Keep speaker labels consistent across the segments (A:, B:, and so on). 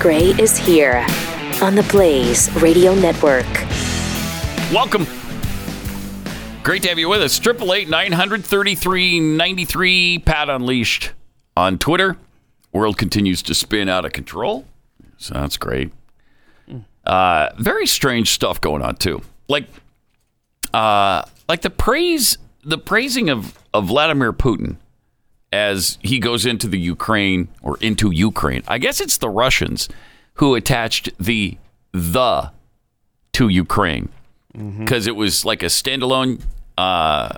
A: Gray is here on the Blaze Radio Network.
B: Welcome. Great to have you with us. 888 933 93 Pat Unleashed on Twitter. World continues to spin out of control. So that's great. Uh, very strange stuff going on too. Like uh, like the praise the praising of, of Vladimir Putin as he goes into the Ukraine or into Ukraine. I guess it's the Russians who attached the the to Ukraine
C: Mm-hmm.
B: because it was like a standalone, uh,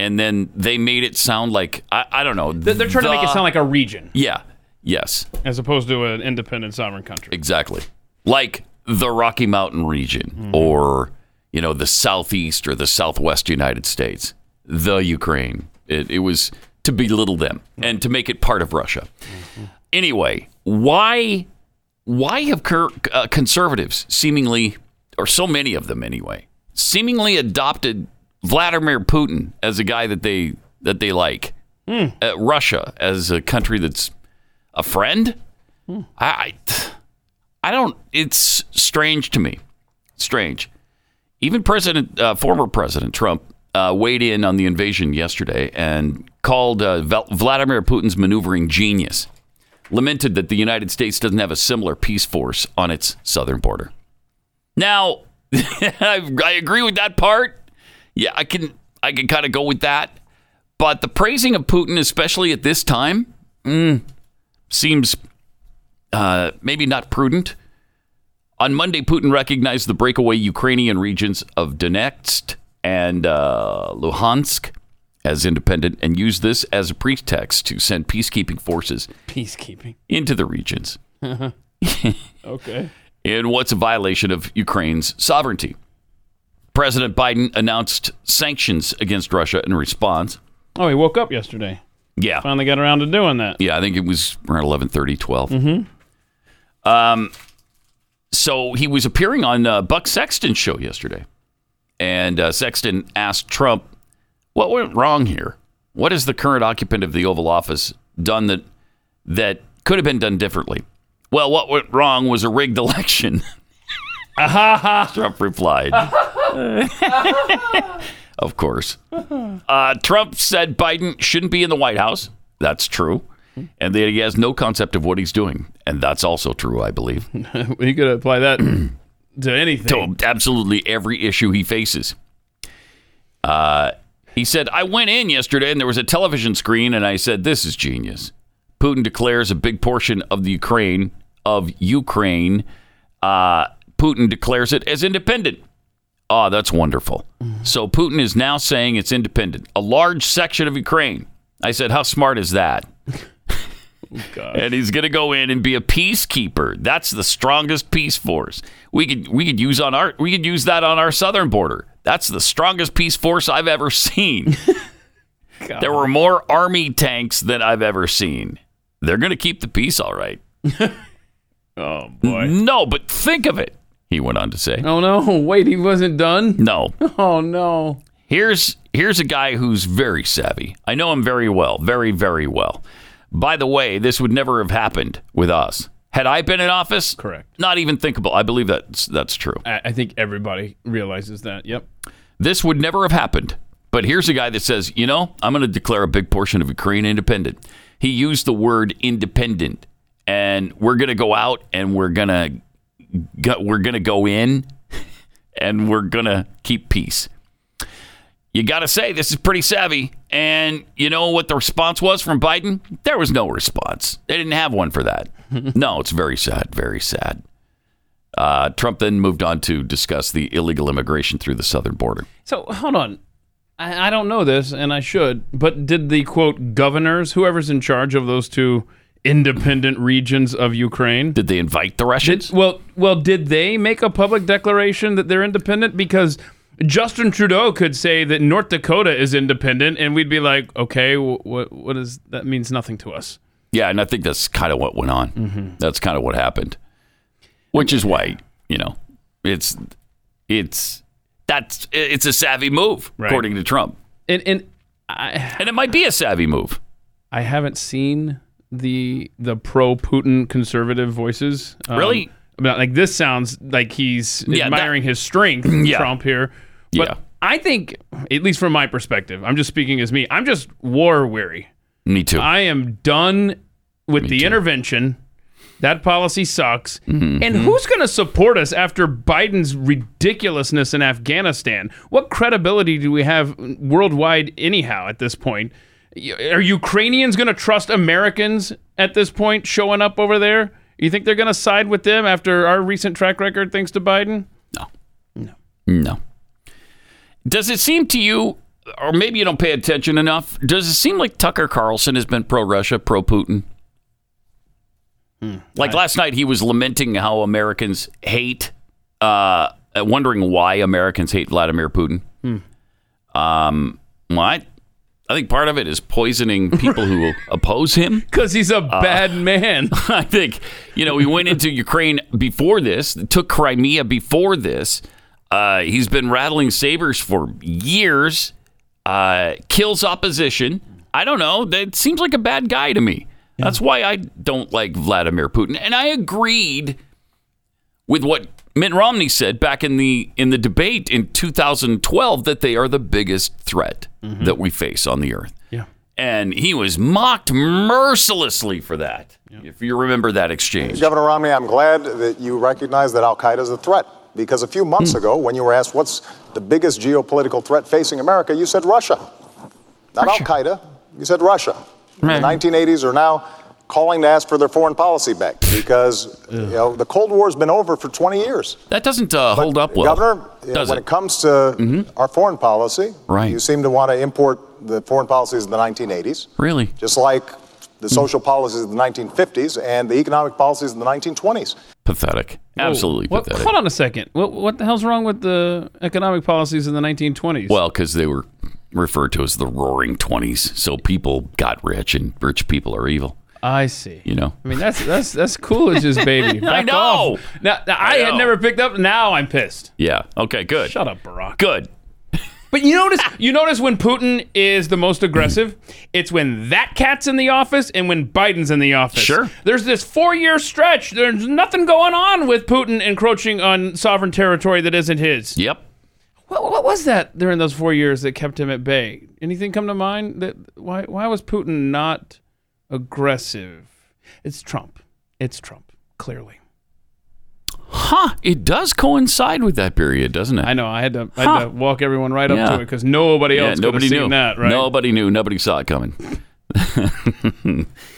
B: and then they made it sound like I, I don't know.
C: They're trying to make it sound like a region
B: yeah, yes,
D: as opposed to an independent sovereign country.
B: exactly, like the Rocky Mountain region or you know the southeast or the southwest United States, the Ukraine. It, it was to belittle them and to make it part of Russia. Anyway, why why have cur- uh, conservatives seemingly, or so many of them anyway, seemingly adopted Vladimir Putin as a guy that they that they like, Uh, Russia as a country that's a friend? I I I don't. It's strange to me. Strange. Even President, uh, former President Trump, uh, weighed in on the invasion yesterday and called uh, Vel- Vladimir Putin's maneuvering genius lamented that the United States doesn't have a similar peace force on its southern border. Now, I, I agree with that part. Yeah, I can I can kind of go with that. But the praising of Putin, especially at this time, mm, seems uh, maybe not prudent. On Monday, Putin recognized the breakaway Ukrainian regions of Donetsk and uh, Luhansk as independent and used this as a pretext to send peacekeeping forces
D: Peacekeeping.
B: into the regions
D: Okay.
B: in what's a violation of Ukraine's sovereignty. President Biden announced sanctions against Russia in response.
D: Oh, he woke up yesterday.
B: Yeah.
D: Finally got around to doing that.
B: Yeah, I think it was around 11:30, 12. Um so he was appearing on uh, Buck Sexton's show yesterday. And uh, Sexton asked Trump, "What went wrong here? What has the current occupant of the Oval Office done that that could have been done differently?" Well, what went wrong was a rigged election. Trump replied. of course. Uh, Trump said Biden shouldn't be in the White House. That's true. And that he has no concept of what he's doing. And that's also true, I believe,
D: You could apply that to anything.
B: to absolutely every issue he faces. Uh, he said, I went in yesterday and there was a television screen, and I said, This is genius. Putin declares a big portion of the Ukraine, of Ukraine, uh, Putin declares it as independent. Ah, that's wonderful. So Putin is now saying it's independent, a large section of Ukraine. I said, How smart is that? and he's going to go in and be a peacekeeper. That's the strongest peace force we could we could use on our we could use that on our southern border. That's the strongest peace force I've ever seen. there were more army tanks than I've ever seen. They're going to keep the peace, all right.
D: Oh boy.
B: No, but think of it. He went on to say,
D: Oh no! Wait, he wasn't done.
B: "No,
D: Oh no!
B: Here's here's a guy who's very savvy. I know him very well, very very well. By the way, this would never have happened with us had I been in office.
D: Correct.
B: Not even thinkable. I believe that's that's true.
D: I, I think everybody realizes that. Yep.
B: This would never have happened. But here's a guy that says, you know, I'm going to declare a big portion of Ukraine independent. He used the word independent, and we're going to go out and we're going to go, we're going to go in, and we're going to keep peace. You got to say this is pretty savvy. And you know what the response was from Biden? There was no response. They didn't have one for that. no, it's very sad, very sad. Uh, Trump then moved on to discuss the illegal immigration through the southern border.
D: So hold on. I, I don't know this, and I should. But did the quote governors, whoever's in charge of those two independent regions of Ukraine,
B: Did they invite the Russians?
D: Well, well, did they make a public declaration that they're independent? Because Justin Trudeau could say that North Dakota is independent, and we'd be like, okay, wh- what what is that means nothing to us.
B: yeah, and I think that's kind of what went on. That's kind of what happened, which is why you know it's it's that's it's a savvy move
D: Right.
B: according to Trump,
D: And and I
B: and it might be a savvy move.
D: I haven't seen the the pro Putin conservative voices. Um,
B: Really?
D: About like this sounds like he's
B: Yeah, that-
D: admiring his strength,
B: Yeah.
D: Trump here. But
B: Yeah.
D: I think, at least from my perspective, I'm just speaking as me. I'm just war weary.
B: Me too.
D: I am done with the intervention. That policy sucks.
B: Mm-hmm.
D: And who's going to support us after Biden's ridiculousness in Afghanistan? What credibility do we have worldwide, anyhow, at this point? Y- Are Ukrainians going to trust Americans at this point showing up over there? You think they're going to side with them after our recent track record, thanks to Biden?
B: No. Does it seem to you, or maybe you don't pay attention enough, does it seem like Tucker Carlson has been pro Russia, pro Putin? Like last night, he was lamenting how Americans hate, uh, wondering why Americans hate Vladimir Putin. Um, well, I, I think part of it is poisoning people who oppose him.
D: Because he's a
B: Uh,
D: bad man.
B: I think you know he went into Ukraine before this, took Crimea before this. Uh, he's been rattling sabers for years. Uh, kills opposition. I don't know. That seems like a bad guy to me. That's why I don't like Vladimir Putin. And I agreed with what Mitt Romney said back in the in the debate in 2012 that they are the biggest threat that we face on the earth
D: yeah.
B: and he was mocked mercilessly for that. If you remember that exchange,
C: Governor Romney, I'm glad that you recognize that Al Qaeda is a threat. Because a few
B: Hmm.
C: months ago, when you were asked what's the biggest geopolitical threat facing America, you said Russia. Not Al Qaeda, you said Russia. The 1980s are now calling to ask for their foreign policy back because you know, the Cold War's been over for 20 years.
B: that doesn't uh, hold up well.
C: Governor, you know,
B: does
C: when
B: it? Mm-hmm.
C: it comes to our foreign policy,
B: Right.
C: you seem to want to import the foreign policies of the 1980s
B: really?
C: just like the
B: Hmm.
C: social policies of the 1950s and the economic policies of the 1920s.
B: Pathetic. Absolutely
D: What-
B: pathetic.
D: Hold on a second. What, what the hell's wrong with the economic policies in the 1920s?
B: Well, because they were referred to as the Roaring Twenties, so people got rich, and rich people are evil.
D: I see.
B: You know.
D: I mean, that's that's that's cool as his baby. Back
B: I know.
D: off. Now, now, I,
B: I
D: had
B: know.
D: never picked up. Now I'm pissed.
B: Yeah. Okay. Good.
D: Shut up, Barack.
B: Good.
D: But you notice you notice when Putin is the most aggressive, it's when that cat's in the office and when Biden's in the office.
B: Sure.
D: There's this four-year stretch. There's nothing going on with Putin encroaching on sovereign territory that isn't his.
B: Yep.
D: What, what was that during those four years that kept him at bay? Anything come to mind? That why why was Putin not aggressive? It's Trump. It's Trump. Clearly,
B: Huh. It does coincide with that period, doesn't it?
D: I know. I had to I had to walk everyone right up
B: Yeah.
D: to it because nobody
B: Yeah,
D: else could
B: nobody
D: have
B: knew
D: seen that. Right?
B: Nobody knew. Nobody saw it coming.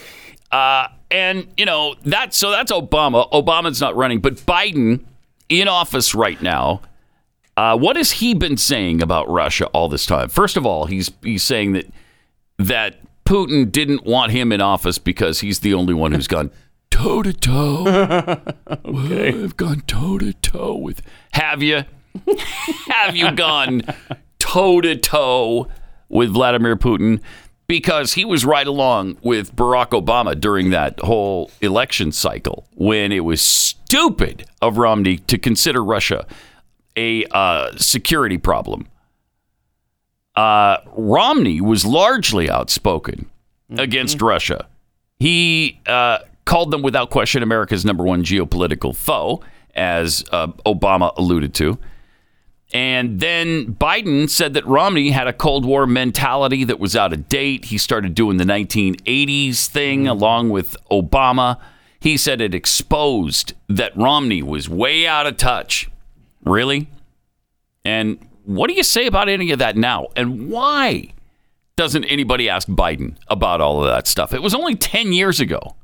B: uh, and you know that. So that's Obama. Obama's not running, but Biden in office right now. Uh, what has he been saying about Russia all this time? First of all, he's he's saying that that Putin didn't want him in office because he's the only one who's gone toe to toe. I've gone toe to toe with. Have you? have you gone toe to toe with Vladimir Putin? Because he was right along with Barack Obama during that whole election cycle when it was stupid of Romney to consider Russia a uh, security problem. Uh, Romney was largely outspoken against Russia. He uh, called them, without question, America's number one geopolitical foe, as uh, Obama alluded to. And then Biden said that Romney had a Cold War mentality that was out of date. He started doing the 1980s thing along with Obama. He said it exposed that Romney was way out of touch. Really? And what do you say about any of that now? And why doesn't anybody ask Biden about all of that stuff? It was only 10 years ago.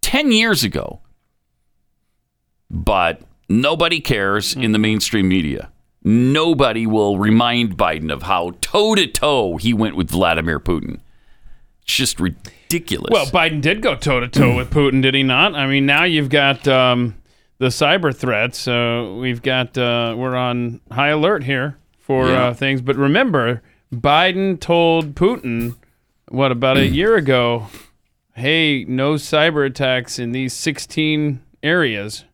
B: 10 years ago. But nobody cares in the mainstream media. Nobody will remind Biden of how toe to toe he went with Vladimir Putin. It's just ridiculous.
D: Well, Biden did go toe to toe with Putin, did he not? I mean, now you've got um, the cyber threats. So we've got uh, we're on high alert here for
B: Yeah.
D: uh, things. But remember, Biden told Putin what about a year ago? Hey, no cyber attacks in these 16 areas.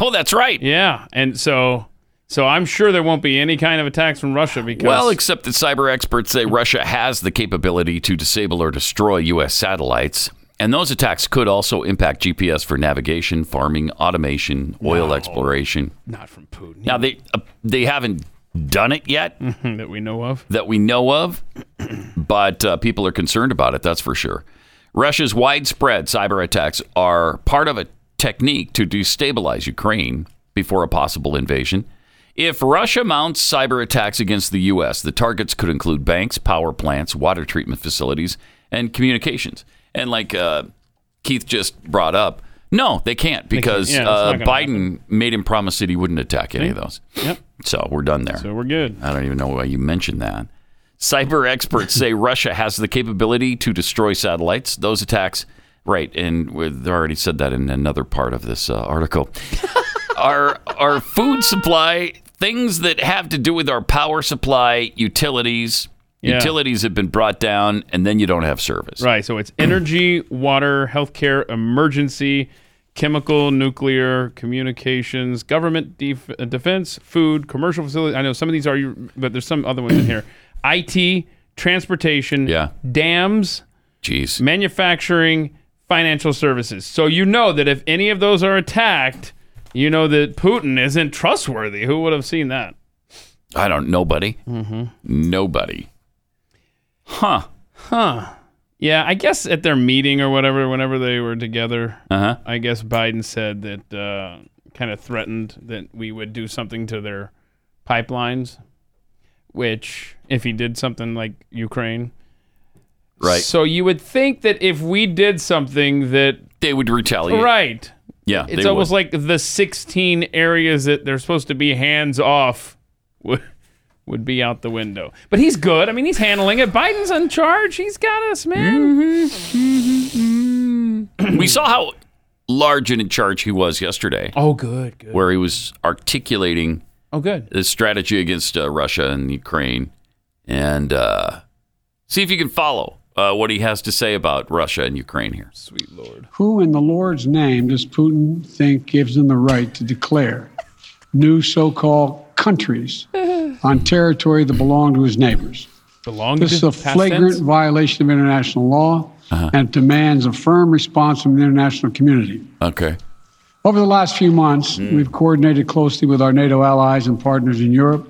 B: oh, that's right.
D: Yeah, and so so I'm sure there won't be any kind of attacks from Russia because
B: Well, except that cyber experts say Russia has the capability to disable or destroy U.S. satellites. And those attacks could also impact GPS for navigation, farming, automation, oil exploration.
D: Not from Putin
B: Now they uh, they haven't done it yet
D: that we know of.
B: that we know of, but uh, people are concerned about it. That's for sure. Russia's widespread cyber attacks are part of a technique to destabilize Ukraine before a possible invasion. If Russia mounts cyber attacks against the U.S., the targets could include banks, power plants, water treatment facilities, and communications. And like uh, Keith just brought up, no, they can't because
D: yeah, it's
B: uh,
D: not gonna
B: Biden made him promise that he wouldn't attack any of those.
D: Yep.
B: So we're done there.
D: So we're good.
B: I don't even know why you mentioned that. Cyber experts say Russia has the capability to destroy satellites. Those attacks, right? And we already said that in another part of this uh, article. our our food supply, things that have to do with our power supply, utilities.
D: Yeah.
B: Utilities have been brought down, and then you don't have service.
D: Right. So it's energy, water, healthcare, emergency, chemical, nuclear, communications, government, def- uh, defense, food, commercial facilities. I know some of these are, you- but there's some other ones in here. IT, transportation,
B: Yeah.
D: dams,
B: Jeez.
D: manufacturing, financial services. So you know that if any of those are attacked, you know that Putin isn't trustworthy. Who would have seen that?
B: I don't. Nobody. Mm-hmm. Nobody. Huh.
D: Yeah, I guess at their meeting or whatever, whenever they were together,
B: Uh huh.
D: I guess Biden said that uh, kind of threatened that we would do something to their pipelines, which if he did something like Ukraine,
B: Right.
D: So you would think that if we did something that
B: they would retaliate.
D: right,
B: Yeah.
D: it's
B: they
D: almost
B: would.
D: like the 16 areas that they're supposed to be hands off would, would be out the window. But he's good. I mean, he's handling it. Biden's in charge. He's got us,
B: Mm-hmm.
D: man.
B: we saw how large and in charge he was yesterday.
D: Oh, good, good.
B: where he was articulating
D: Oh, good.
B: his strategy against uh, Russia and Ukraine, and uh, see if you can follow uh, what he has to say about Russia and Ukraine here.
D: Sweet lord.
E: Who in the Lord's name does Putin think gives him the right to declare new so called countries on territory that belong to his neighbors?
D: Belonged
E: This is a
D: past
E: flagrant
D: tense?
E: violation of international law and demands a firm response from the international community.
B: Okay,
E: Over the last few months, we've coordinated closely with our NATO allies and partners in Europe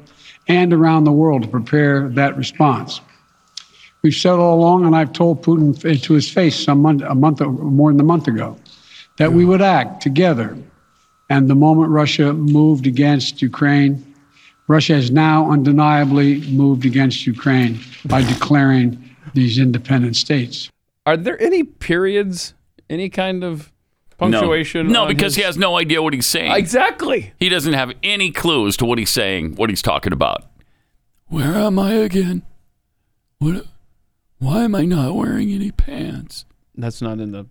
E: and around the world to prepare that response. We've said all along, and I've told Putin f- to his face some month, a month or more than a month ago, that we would act together. And the moment Russia moved against Ukraine, Russia has now undeniably moved against Ukraine by declaring these independent states.
D: Are there any periods, any kind of punctuation?
B: No,
D: on
B: because
D: his-
B: he has no idea what he's saying.
D: Exactly.
B: he doesn't have any clue as to what he's saying, what he's talking about. Where am I again? What? Why am I not wearing any pants?
D: That's not in the.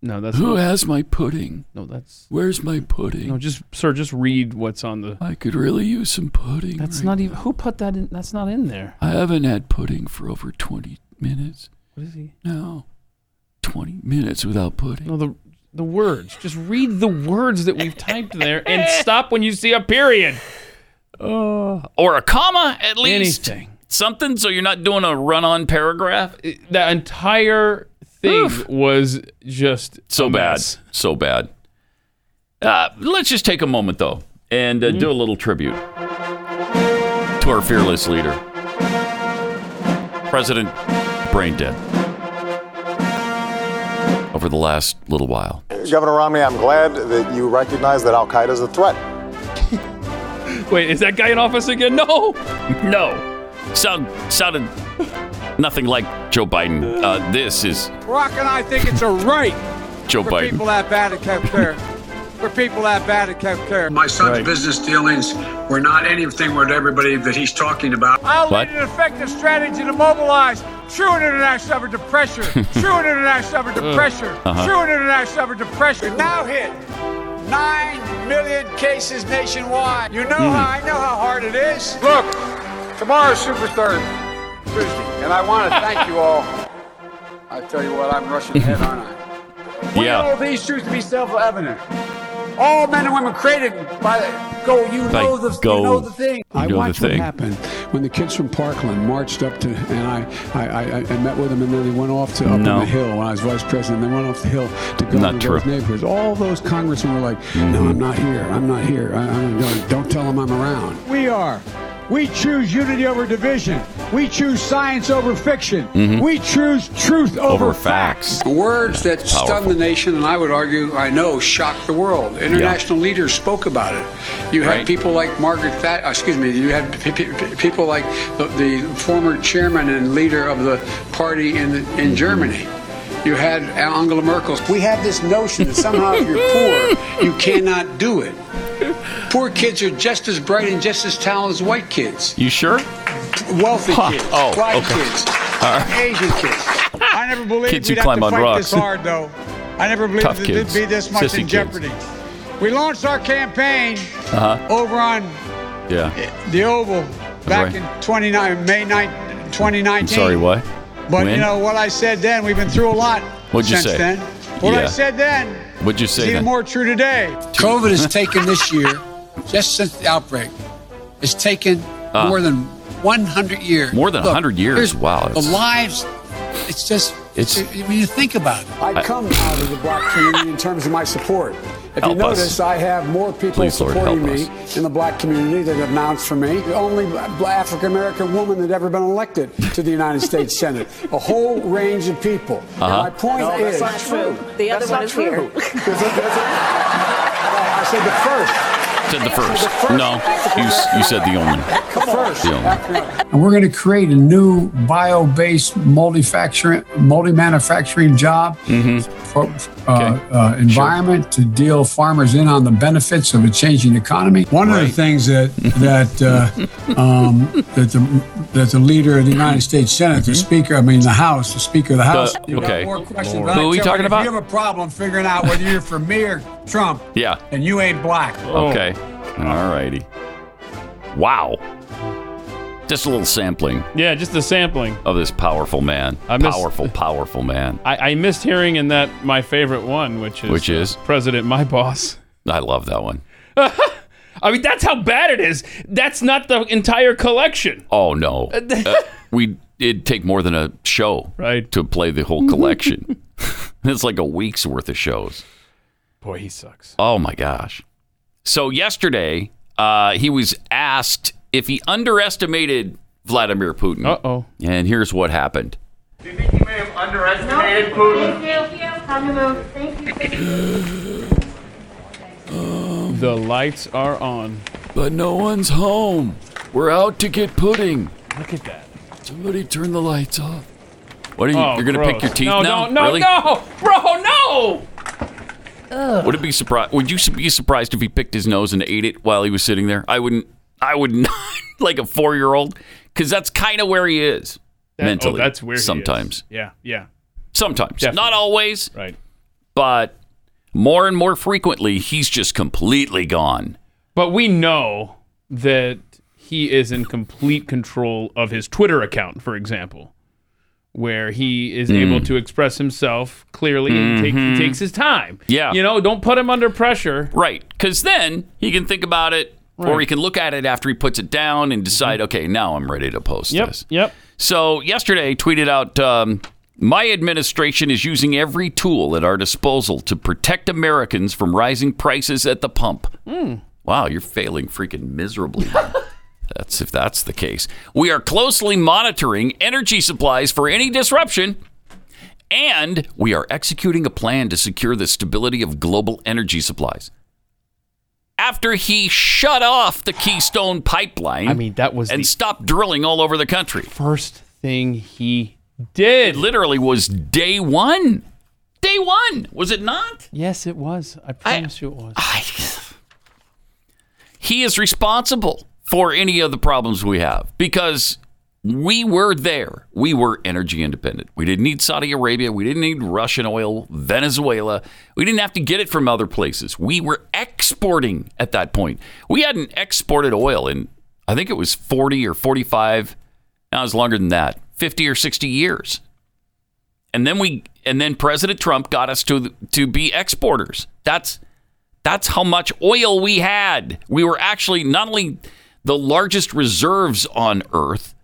D: No, that's
B: Who
D: not,
B: has my pudding?
D: no, that's
B: Where's my pudding?
D: no. Just sir, just read what's on the.
B: I could really use some pudding.
D: That's
B: right
D: not even. Who put that in? That's not in there.
B: I haven't had pudding for over 20 minutes.
D: What is he?
B: No. 20 minutes without pudding.
D: No, the the words. Just read the words that we've typed there and stop when you see a period.
B: Uh, Or a comma, at least.
D: Anything.
B: Something so you're not doing a run on paragraph.
D: It- That entire thing
B: Oof.
D: was just
B: So
D: a
B: bad.
D: mess.
B: So bad. Uh, let's just take a moment, though, and uh, do a little tribute to our fearless leader, President Brain Dead, over the last little while.
C: Governor Romney, I'm glad that you recognize that Al Qaeda is a threat.
D: Wait, is that guy in office again? No.
B: No. Sound sounded nothing like Joe Biden. Uh, this is
F: Rock and I think it's a right
B: Joe
F: for people
B: Biden.
F: that bad at Camp Care. For people that bad at Camp Care.
E: My son's business dealings were not anything with everybody that he's talking about.
F: I'll
B: What?
F: lead an effective strategy to mobilize true and international effort to pressure, true and international effort to pressure, true and international effort to pressure. Now hit 9 million cases nationwide. You know how, I know how hard it is. Look, tomorrow's Super Third, Tuesday, and I want to thank you all. I tell you what, I'm rushing ahead, aren't I? We know
B: Yeah.
F: these truths to be self-evident. All men and women created by go. You
B: By
F: know the
B: go.
F: you know the thing.
B: You
E: I
B: know the
E: watched
B: thing.
E: what happened when the kids from Parkland marched up to, and I, I, I, I met with them, and then they went off to up
B: No.
E: on the hill when I was vice president. They went off the hill to go
B: Not
E: to
B: true. Mm-hmm.
E: those neighborhoods. All those congressmen were like, "No, I'm not here. I'm not here. I, I'm going. Don't tell them I'm around."
G: We are. We choose unity over division. We choose science over fiction. We choose truth over,
B: Mm-hmm. over facts.
E: Words that
B: powerful.
E: stunned the nation, and I would argue, I know, shocked the world. International leaders spoke about it. You had
B: Right.
E: people like Margaret Thatcher, excuse me, you had pe- pe- pe- people like the, the former chairman and leader of the party in, the,
B: Mm-hmm.
E: in Germany. You had Angela Merkel. We have this notion that somehow if you're poor, you cannot do it. Poor kids are just as bright and just as talented as white kids,
B: You sure?
E: wealthy
B: Huh.
E: kids,
B: Oh,
E: black
B: okay.
E: kids, Asian kids.
G: I never believed
B: Kids who
G: we'd have
B: climb
G: to
B: on
G: fight
B: rocks.
G: this hard, though. I never believed
B: Tough
G: that
B: kids.
G: there'd be this much
B: Sissy
G: in
B: kids.
G: jeopardy. We launched our campaign
B: Uh-huh.
G: over on
B: Yeah.
G: the Oval back
B: right.
G: in 29 May 9, 2019.
B: I'm sorry, what?
G: But
B: When?
G: you know what I said then. We've been through a lot
B: What'd you
G: since
B: say?
G: then. What
B: Yeah.
G: I said then
B: What'd you
G: is
B: say
G: even
B: then?
G: more true today.
E: COVID has taken this year, just since the outbreak, has taken more than 100 years.
B: Ah. More than 100 years?
E: here's
B: Wow,
E: The
B: that's-
E: lives, it's just, it's,
B: It's-
E: when you think about it.
H: I come out of the black community in terms of my support. If you
B: Help us.
H: notice, I have more people
B: Please, Lord,
H: supporting
B: help
H: me in the black community that have announced for me. The only African American woman that ever been elected to the United States Senate. A whole range of people. And My point is,
I: The other
H: That's
I: one
H: not
I: is
H: true.
I: here.
H: There's a- there's a- I said the first.
B: Said the first. No, you, s- you said the only.
H: The first.
B: The only.
E: And we're going to create a new bio based multi-facturing, multi-manufacturing job
B: Mm-hmm.
E: for, uh, uh, environment to deal farmers in on the benefits of a changing economy. One of the things that that uh, um, that the that the leader of the United States Senate, the Speaker, I mean the House, the Speaker of the House. You
B: Mm-hmm.
E: got
B: okay.
E: More questions,
B: Who are we talking about?
E: If you have a problem figuring out whether you're for me or Trump,
B: Yeah.
E: and you ain't black.
B: Okay. All righty. Wow. Just a little sampling
D: Yeah, just the sampling.
B: of this powerful man.
D: I miss-
B: powerful, powerful man.
D: I, I missed hearing in that my favorite one, which is
B: Which
D: uh,
B: is?
D: President My Boss.
B: I love that one.
D: I mean, that's how bad it is. That's not the entire collection.
B: Oh no. Uh, we it'd take more than a show
D: Right.
B: to play the whole collection. it's like a week's worth of shows.
D: Boy, he sucks.
B: Oh my gosh. So yesterday, uh, he was asked if he underestimated Vladimir Putin.
D: Uh oh.
B: And here's what happened.
J: Do you think you may have underestimated Putin?
D: The lights are on.
B: But no one's home. We're out to get pudding.
D: Look at that.
B: Somebody turn the lights off. What are you?
D: Oh,
B: you're gonna pick
D: gross.
B: your teeth
D: no,
B: now?
D: No, no,
B: really?
D: no, bro, no.
B: Would it be surprised? Would you be surprised if he picked his nose and ate it while he was sitting there? I wouldn't. I would not, like a four-year-old, because that's kind of where he is mentally.
D: oh, that's weird.
B: Sometimes,
D: Yeah, yeah,
B: sometimes,
D: Definitely.
B: not always,
D: right.
B: but more and more frequently, he's just completely gone.
D: But we know that he is in complete control of his Twitter account, for example, where he is able to express himself clearly and take, he takes his time.
B: Yeah.
D: You know, don't put him under pressure.
B: Right, because then he can think about it, or he can look at it after he puts it down and decide, okay, now I'm ready to post this.
D: Mm-hmm. Yep.
B: So yesterday, tweeted out, um, my administration is using every tool at our disposal to protect Americans from rising prices at the pump.
D: Hmm.
B: Wow, you're failing freaking miserably. that's if that's the case. We are closely monitoring energy supplies for any disruption. And we are executing a plan to secure the stability of global energy supplies. After he shut off the Keystone pipeline
D: I mean, that was
B: and
D: the
B: stopped drilling all over the country.
D: first thing he did.
B: It literally was day one. Day one, was it not?
D: Yes, it was. I promise you it was.
B: He is responsible for any of the problems we have because we were there. We were energy independent. We didn't need Saudi Arabia. We didn't need Russian oil, Venezuela. We didn't have to get it from other places. We were exporting at that point. We hadn't exported oil in, I think it was 40 or 45, now it's longer than that, 50 or 60 years. and then we and then President Trump got us to to be exporters. That's that's how much oil we had. We were actually not only the largest reserves on Earth,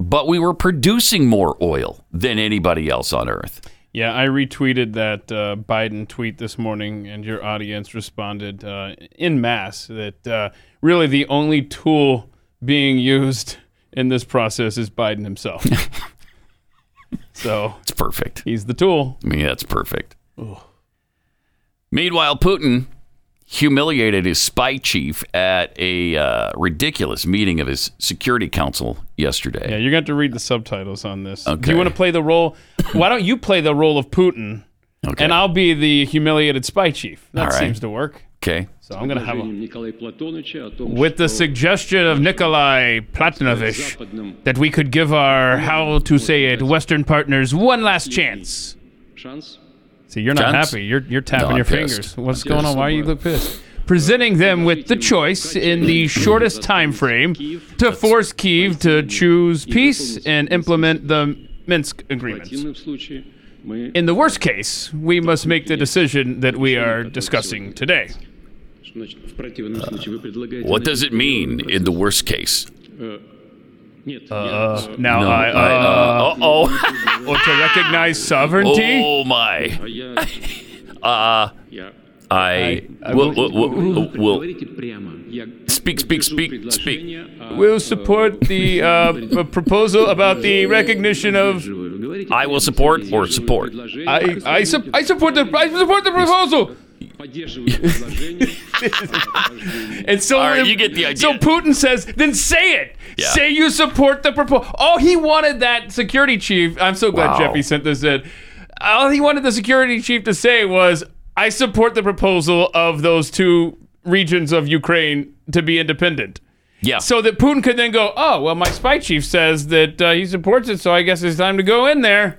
B: but we were producing more oil than anybody else on Earth.
D: Yeah, I retweeted that uh, Biden tweet this morning, and your audience responded uh, in mass that uh, really the only tool being used in this process is Biden himself. so
B: It's perfect.
D: he's the tool.
B: I mean, that's perfect. Meanwhile, Putin humiliated his spy chief at a uh, ridiculous meeting of his Security Council yesterday.
D: Yeah, you're going to have to read the subtitles on this. Do
B: Okay.
D: you want to play the role? Why don't you play the role of Putin,
B: Okay.
D: and I'll be the humiliated spy chief? That
B: All right.
D: seems to work.
B: okay.
D: So I'm going to have a, with the suggestion of Nikolai Platinovich that we could give our how to say it Western partners one last chance. See, you're not
B: Chance?
D: happy. You're you're
B: No,
D: tapping
B: I'm
D: your
B: pissed.
D: fingers. What's going on? Why you look pissed? Presenting them with the choice in the shortest time frame to force Kiev to choose peace and implement the Minsk agreements. In the worst case, we must make the decision that we are discussing today.
B: Uh, What does it mean in the worst case?
D: Uh, now
B: No,
D: I, uh,
B: uh, oh.
D: or to recognize sovereignty.
B: Oh my. uh, I will, will, will, will, speak, speak, speak, speak.
D: We'll support the uh, p- proposal about the recognition of.
B: I will support or support.
D: I I, sup I support the I support the proposal. and so
B: All right, you get the idea.
D: So Putin says, then say it.
B: Yeah.
D: Say you support the proposal. Oh, he wanted that security chief. I'm so glad
B: Wow.
D: Jeffy sent this in. All he wanted the security chief to say was, I support the proposal of those two regions of Ukraine to be independent.
B: Yeah.
D: So that Putin could then go, oh, well, my spy chief says that uh, he supports it, so I guess it's time to go in there.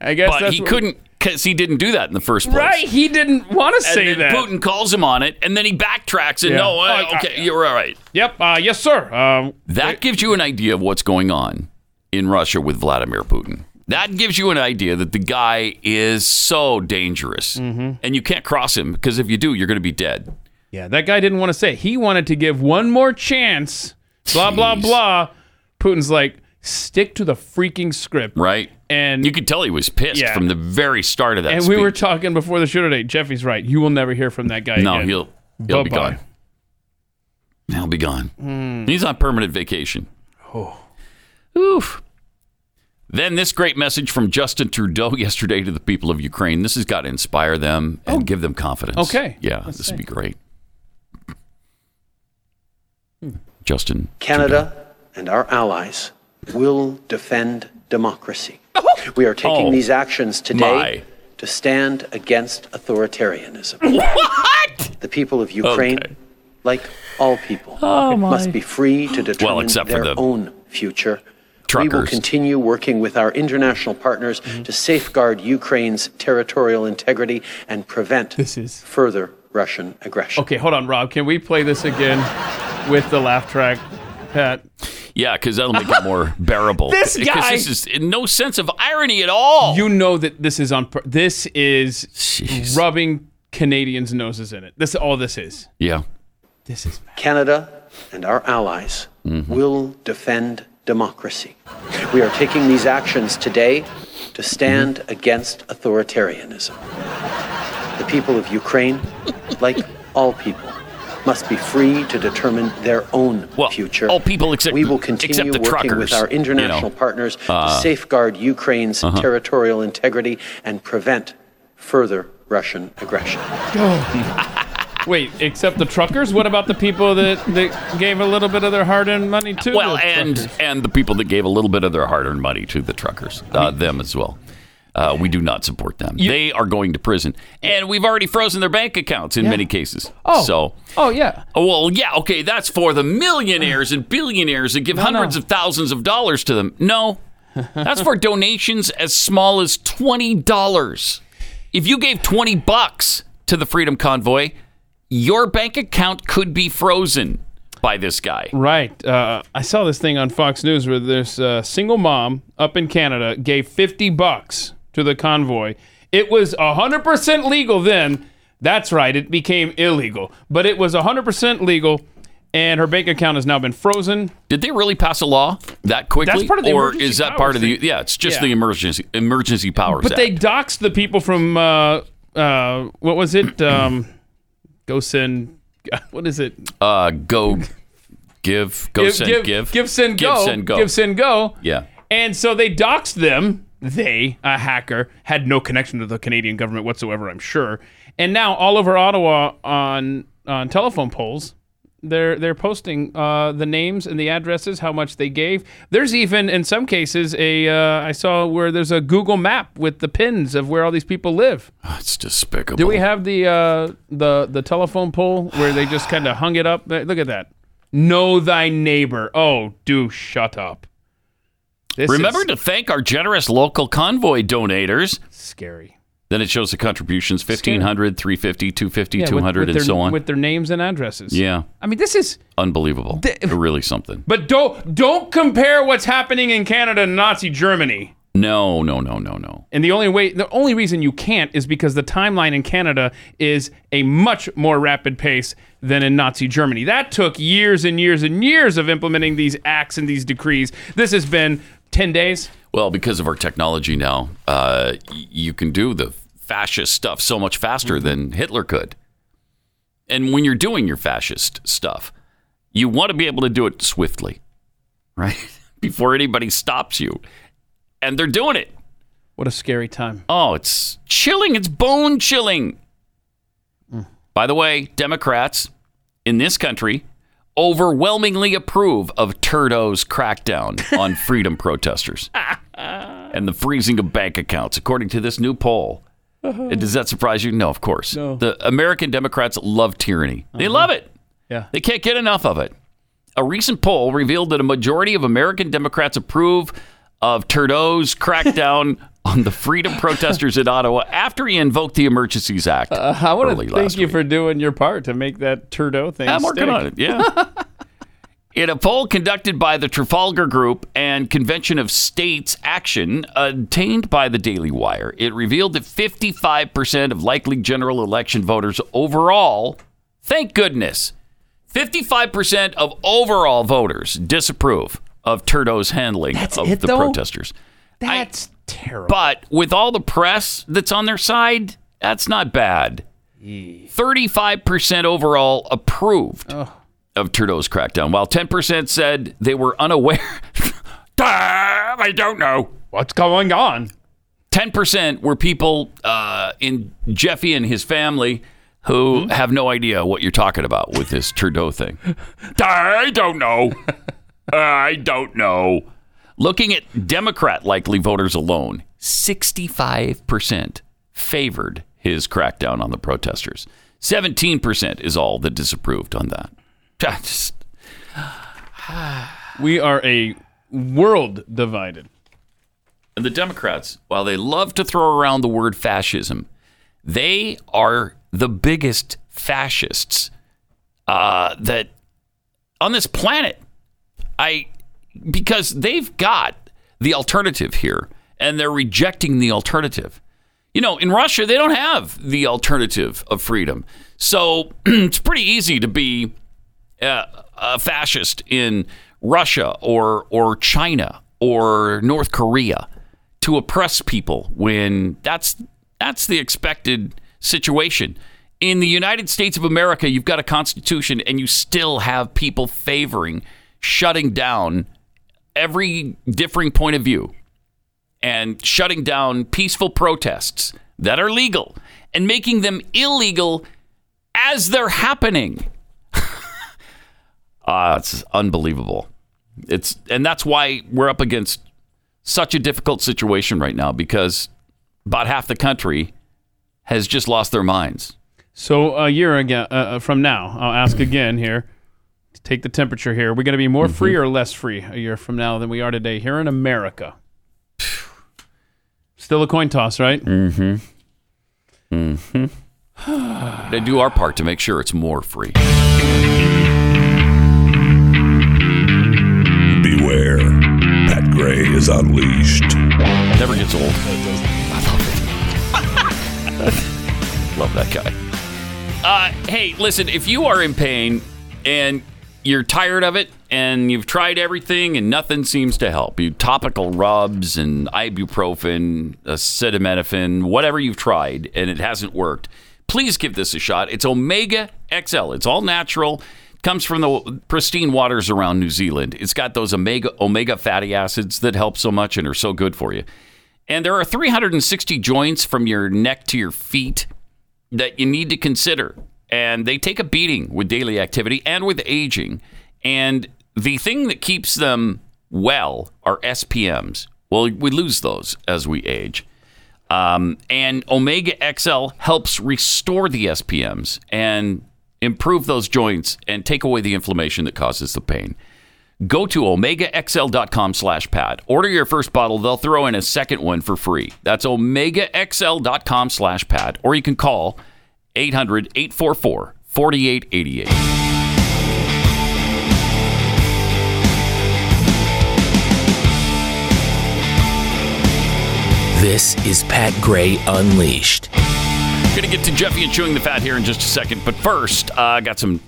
D: I guess
B: but
D: that's
B: he
D: what-
B: couldn't because he didn't do that in the first place.
D: Right, he didn't want to
B: And
D: say
B: then
D: that.
B: Putin calls him on it, and then he backtracks and
D: Yeah.
B: no, uh,
D: Oh, I-
B: okay, you're all right.
D: Yep. Uh, yes, sir. Um,
B: That gives you an idea of what's going on in Russia with Vladimir Putin. That gives you an idea that the guy is so dangerous,
D: Mm-hmm.
B: and you can't cross him because if you do, you're going to be dead.
D: yeah, that guy didn't want to say. it. He wanted to give one more chance. Blah blah
B: Jeez.
D: blah. Putin's like, stick to the freaking script.
B: Right?
D: And
B: You could tell he was pissed
D: Yeah.
B: from the very start of that.
D: and we were
B: speech.
D: talking before the show today. Jeffy's right. You will never hear from that guy
B: no,
D: again.
B: he'll he'll be
D: Bye-bye.
B: gone. He'll be gone.
D: Hmm.
B: He's on permanent vacation. Oh, oof. Then this great message from Justin Trudeau yesterday to the people of Ukraine. This has got to inspire them and give them confidence.
D: Oh. Okay.
B: yeah, this would be great.
D: Hmm.
B: Justin,
I: Canada and our allies will defend democracy. We are taking
B: Oh,
I: these actions
B: my.
I: today to stand against authoritarianism.
B: what?
I: The people of Ukraine,
B: Okay. Oh,
I: like all people, must be free to determine
B: except for
I: their
B: the
I: own future. We will
B: truckers. Mm-hmm.
I: continue working with our international partners to safeguard Ukraine's territorial integrity and prevent
D: This is-
I: further Russian aggression.
D: Okay, hold on, Rob. Can we play this again with the laugh track, Pat?
B: Yeah, because that'll make it more bearable.
D: This
B: because
D: guy-
B: this is no sense of irony at all.
D: You know that this is on. pur- This is
B: Jeez.
D: rubbing Canadians' noses in it. This all this is.
B: yeah,
D: This is.
I: Canada and our allies
B: Mm-hmm.
I: will defend democracy. We are taking these actions today to stand
B: Mm-hmm.
I: against authoritarianism. The people of Ukraine, like all people, must be free to determine their own
B: Well,
I: future.
B: all people except-
I: we will
B: except
I: continue
B: the
I: working
B: truckers,
I: with our
B: you know. Uh-huh.
I: international partners to safeguard Ukraine's territorial integrity and prevent further Russian aggression.
D: Wait, except the truckers? What about the people that, that gave a little bit of their hard-earned money to?
B: well,
D: the
B: and
D: truckers?
B: and the people that gave a little bit of their hard-earned money to the truckers, uh, them as well. Uh, we do not support them. they are going to prison, and we've already frozen their bank accounts in many cases.
D: oh,
B: so
D: oh yeah,
B: Oh, Well, yeah, okay, that's for the millionaires and billionaires that give hundreds of thousands of dollars to them. No, that's for donations as small as $20. If you gave 20 bucks to the Freedom Convoy, your bank account could be frozen by this guy.
D: right. Uh, I saw this thing on Fox News where this uh, single mom up in Canada gave fifty bucks to the convoy. It was hundred percent legal then. That's right. It became illegal, but it was hundred percent legal. and her bank account has now been frozen.
B: Did they really pass a law that quickly,
D: That's part of the
B: or
D: emergency
B: is that
D: powers
B: part of the?
D: thing.
B: Yeah, it's just
D: Yeah.
B: the emergency emergency powers.
D: But they
B: Act.
D: doxed the people from uh, uh, what was it? Um, go send. What is it?
B: uh, go give go send give
D: Give send go.
B: give send go
D: Give send go.
B: Yeah,
D: And so they doxed them. They, a hacker, had no connection to the Canadian government whatsoever, I'm sure. And now all over Ottawa on on telephone polls, they're they're posting uh, the names and the addresses, how much they gave. There's even in some cases a uh, I saw where there's a Google map with the pins of where all these people live.
B: that's Ah, despicable.
D: Do we have the uh, the the telephone poll where they just kind of hung it up? Look at that. Know thy neighbor. Oh, do shut up. This
B: Remember
D: is
B: to thank our generous local convoy donators.
D: scary.
B: Then it shows the contributions 1500, 350, 250,
D: Yeah, with-
B: 200,
D: with
B: and
D: their-
B: so on.
D: with their names and addresses.
B: yeah,
D: I mean, this is.
B: unbelievable. really something.
D: But don't don't compare what's happening in Canada and Nazi Germany.
B: No, no, no, no, no.
D: And the only way, the only reason you can't is because the timeline in Canada is a much more rapid pace than in Nazi Germany. That took years and years and years of implementing these acts and these decrees. This has been 10 days.
B: Well, because of our technology now, uh, y- you can do the fascist stuff so much faster than Hitler could. And when you're doing your fascist stuff, you want to be able to do it swiftly, right? Before anybody stops you. And they're doing it.
D: What a scary time.
B: Oh, it's chilling. It's bone chilling. By the way, Democrats in this country overwhelmingly approve of Turdo's crackdown on freedom protesters and the freezing of bank accounts, according to this new poll. And Does that surprise you? No, of course. The American Democrats love tyranny. They love it.
D: Yeah.
B: They can't get enough of it. A recent poll revealed that a majority of American Democrats approve of Trudeau's crackdown on the freedom protesters in Ottawa after he invoked the Emergencies Act.
D: I want
B: early
D: to
B: last
D: thank you
B: week.
D: for doing your part to make that Turdo thing.
B: I'm working
D: stick.
B: on it. Yeah. In a poll conducted by the Trafalgar Group and Convention of States Action, obtained by the Daily Wire, it revealed that 55% of likely general election voters overall, thank goodness, 55% of overall voters disapprove of Turdo's handling of
D: it,
B: the
D: though?
B: protesters.
D: That's terrible.
B: But with all the press that's on their side, that's not bad. 35% overall approved of Trudeau's crackdown, while 10% said they were unaware. Damn, I don't know.
D: What's going on?
B: 10% were people uh, in Jeffy and his family who have no idea what you're talking about with this Trudeau thing. I don't know. I don't know. Looking at Democrat likely voters alone, 65% favored his crackdown on the protesters. 17% is all that disapproved on that. Just,
D: We are a world divided.
B: and the Democrats, while they love to throw around the word fascism, they are the biggest fascists uh, that on this planet. I because they've got the alternative here, and they're rejecting the alternative. You know, in Russia, they don't have the alternative of freedom, so it's pretty easy to be uh, a fascist in Russia or or China or North Korea to oppress people when that's that's the expected situation. In the United States of America, you've got a constitution and you still have people favoring shutting down every differing point of view and shutting down peaceful protests that are legal and making them illegal as they're happening. Ah, it's unbelievable. It's and that's why we're up against such a difficult situation right now because about half the country has just lost their minds.
D: So a year again uh, uh, from now, I'll ask again here. Take the temperature here. We're going to be more free
B: Mm-hmm.
D: or less free a year from now than we are today here in America. Still a coin toss, right?
B: Mm. To do our part to make sure it's more free.
K: Beware. Pat Gray is unleashed.
B: Never gets old. I love it. love that guy. Uh, hey, listen, if you are in pain and you're tired of it and you've tried everything and nothing seems to help. You topical rubs and ibuprofen, acetaminophen, whatever you've tried and it hasn't worked. Please give this a shot. It's Omega XL. It's all natural. Comes from the pristine waters around New Zealand. It's got those omega omega fatty acids that help so much and are so good for you. And there are 360 joints from your neck to your feet that you need to consider. And they take a beating with daily activity and with aging. And the thing that keeps them well are SPMs. Well, we lose those as we age. Um, and Omega XL helps restore the SPMs and improve those joints and take away the inflammation that causes the pain. Go to omegaxl.com slash pad. Order your first bottle. They'll throw in a second one for free. That's omegaxl.com slash pad. Or you can call 800 844 4888.
L: This is Pat Gray Unleashed.
B: Going to get to Jeffy and Chewing the Fat here in just a second. But first, uh, I got some,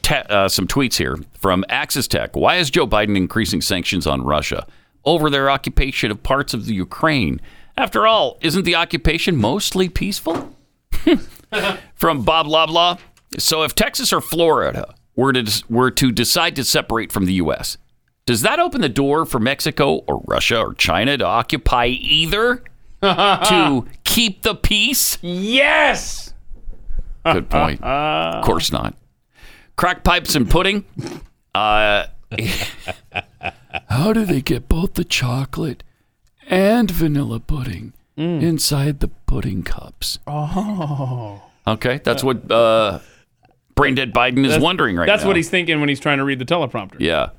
B: te- uh, some tweets here from Axis Tech. Why is Joe Biden increasing sanctions on Russia over their occupation of parts of the Ukraine? After all, isn't the occupation mostly peaceful? from Bob Loblaw. So, if Texas or Florida were to were to decide to separate from the U.S., does that open the door for Mexico or Russia or China to occupy either to keep the peace?
D: Yes.
B: Good point. Of course not. Crack pipes and pudding. Uh,
M: How do they get both the chocolate and vanilla pudding inside the pudding cups?
D: Oh.
B: okay, that's what uh, brain dead Biden is
D: That's-
B: wondering right
D: That's
B: now.
D: what he's thinking when he's trying to read the teleprompter.
B: Yeah.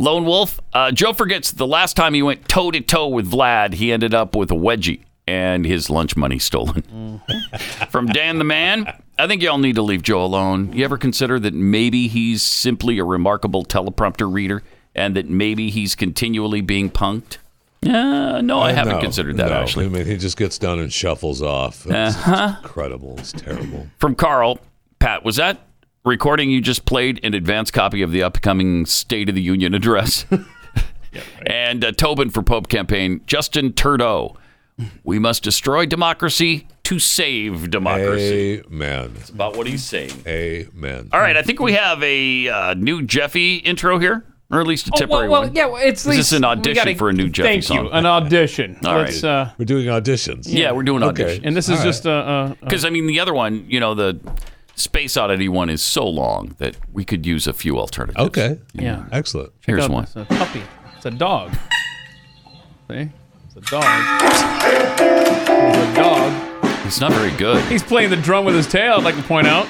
B: Lone Wolf. Uh, Joe forgets the last time he went toe to toe with Vlad, he ended up with a wedgie and his lunch money stolen. From Dan the Man. I think y'all need to leave Joe alone. You ever consider that maybe he's simply a remarkable teleprompter reader and that maybe he's continually being punked? Uh, no, I
N: Uh,
B: haven't
N: no,
B: considered that
N: no.
B: actually. Uh-huh.
N: I mean, he just gets done and shuffles off. It's it's incredible. It's terrible.
B: From Carl, Pat, was that recording you just played an advance copy of the upcoming State of the Union address? And uh, Tobin for Pope campaign, Justin Turdo. We must destroy democracy to save democracy.
N: Amen. That's
B: about what he's saying.
N: Amen.
B: All right, I think we have a uh, new Jeffy intro here, or at least a
D: Oh, well,
B: temporary
D: well,
B: one.
D: yeah, well, it's
B: Is this
D: least-
B: an
D: we
B: audition
D: gotta-
B: for a new Jeffy
D: thank
B: song?
D: you, an audition.
B: All
D: Let's,
B: right.
D: uh,
N: We're doing auditions.
B: Yeah, we're doing
N: Okay.
B: auditions.
D: And this is
N: All
D: just a. a, a
B: Because I mean, the other one, you know, the Space Oddity one is so long that we could use a few alternatives.
N: Okay.
D: Yeah.
N: Excellent.
D: check
B: Here's
D: out
B: one.
D: this, a puppy. It's a dog. See? It's a dog. It's a dog.
B: It's not very good.
D: He's playing the drum with his tail, I'd like to point out.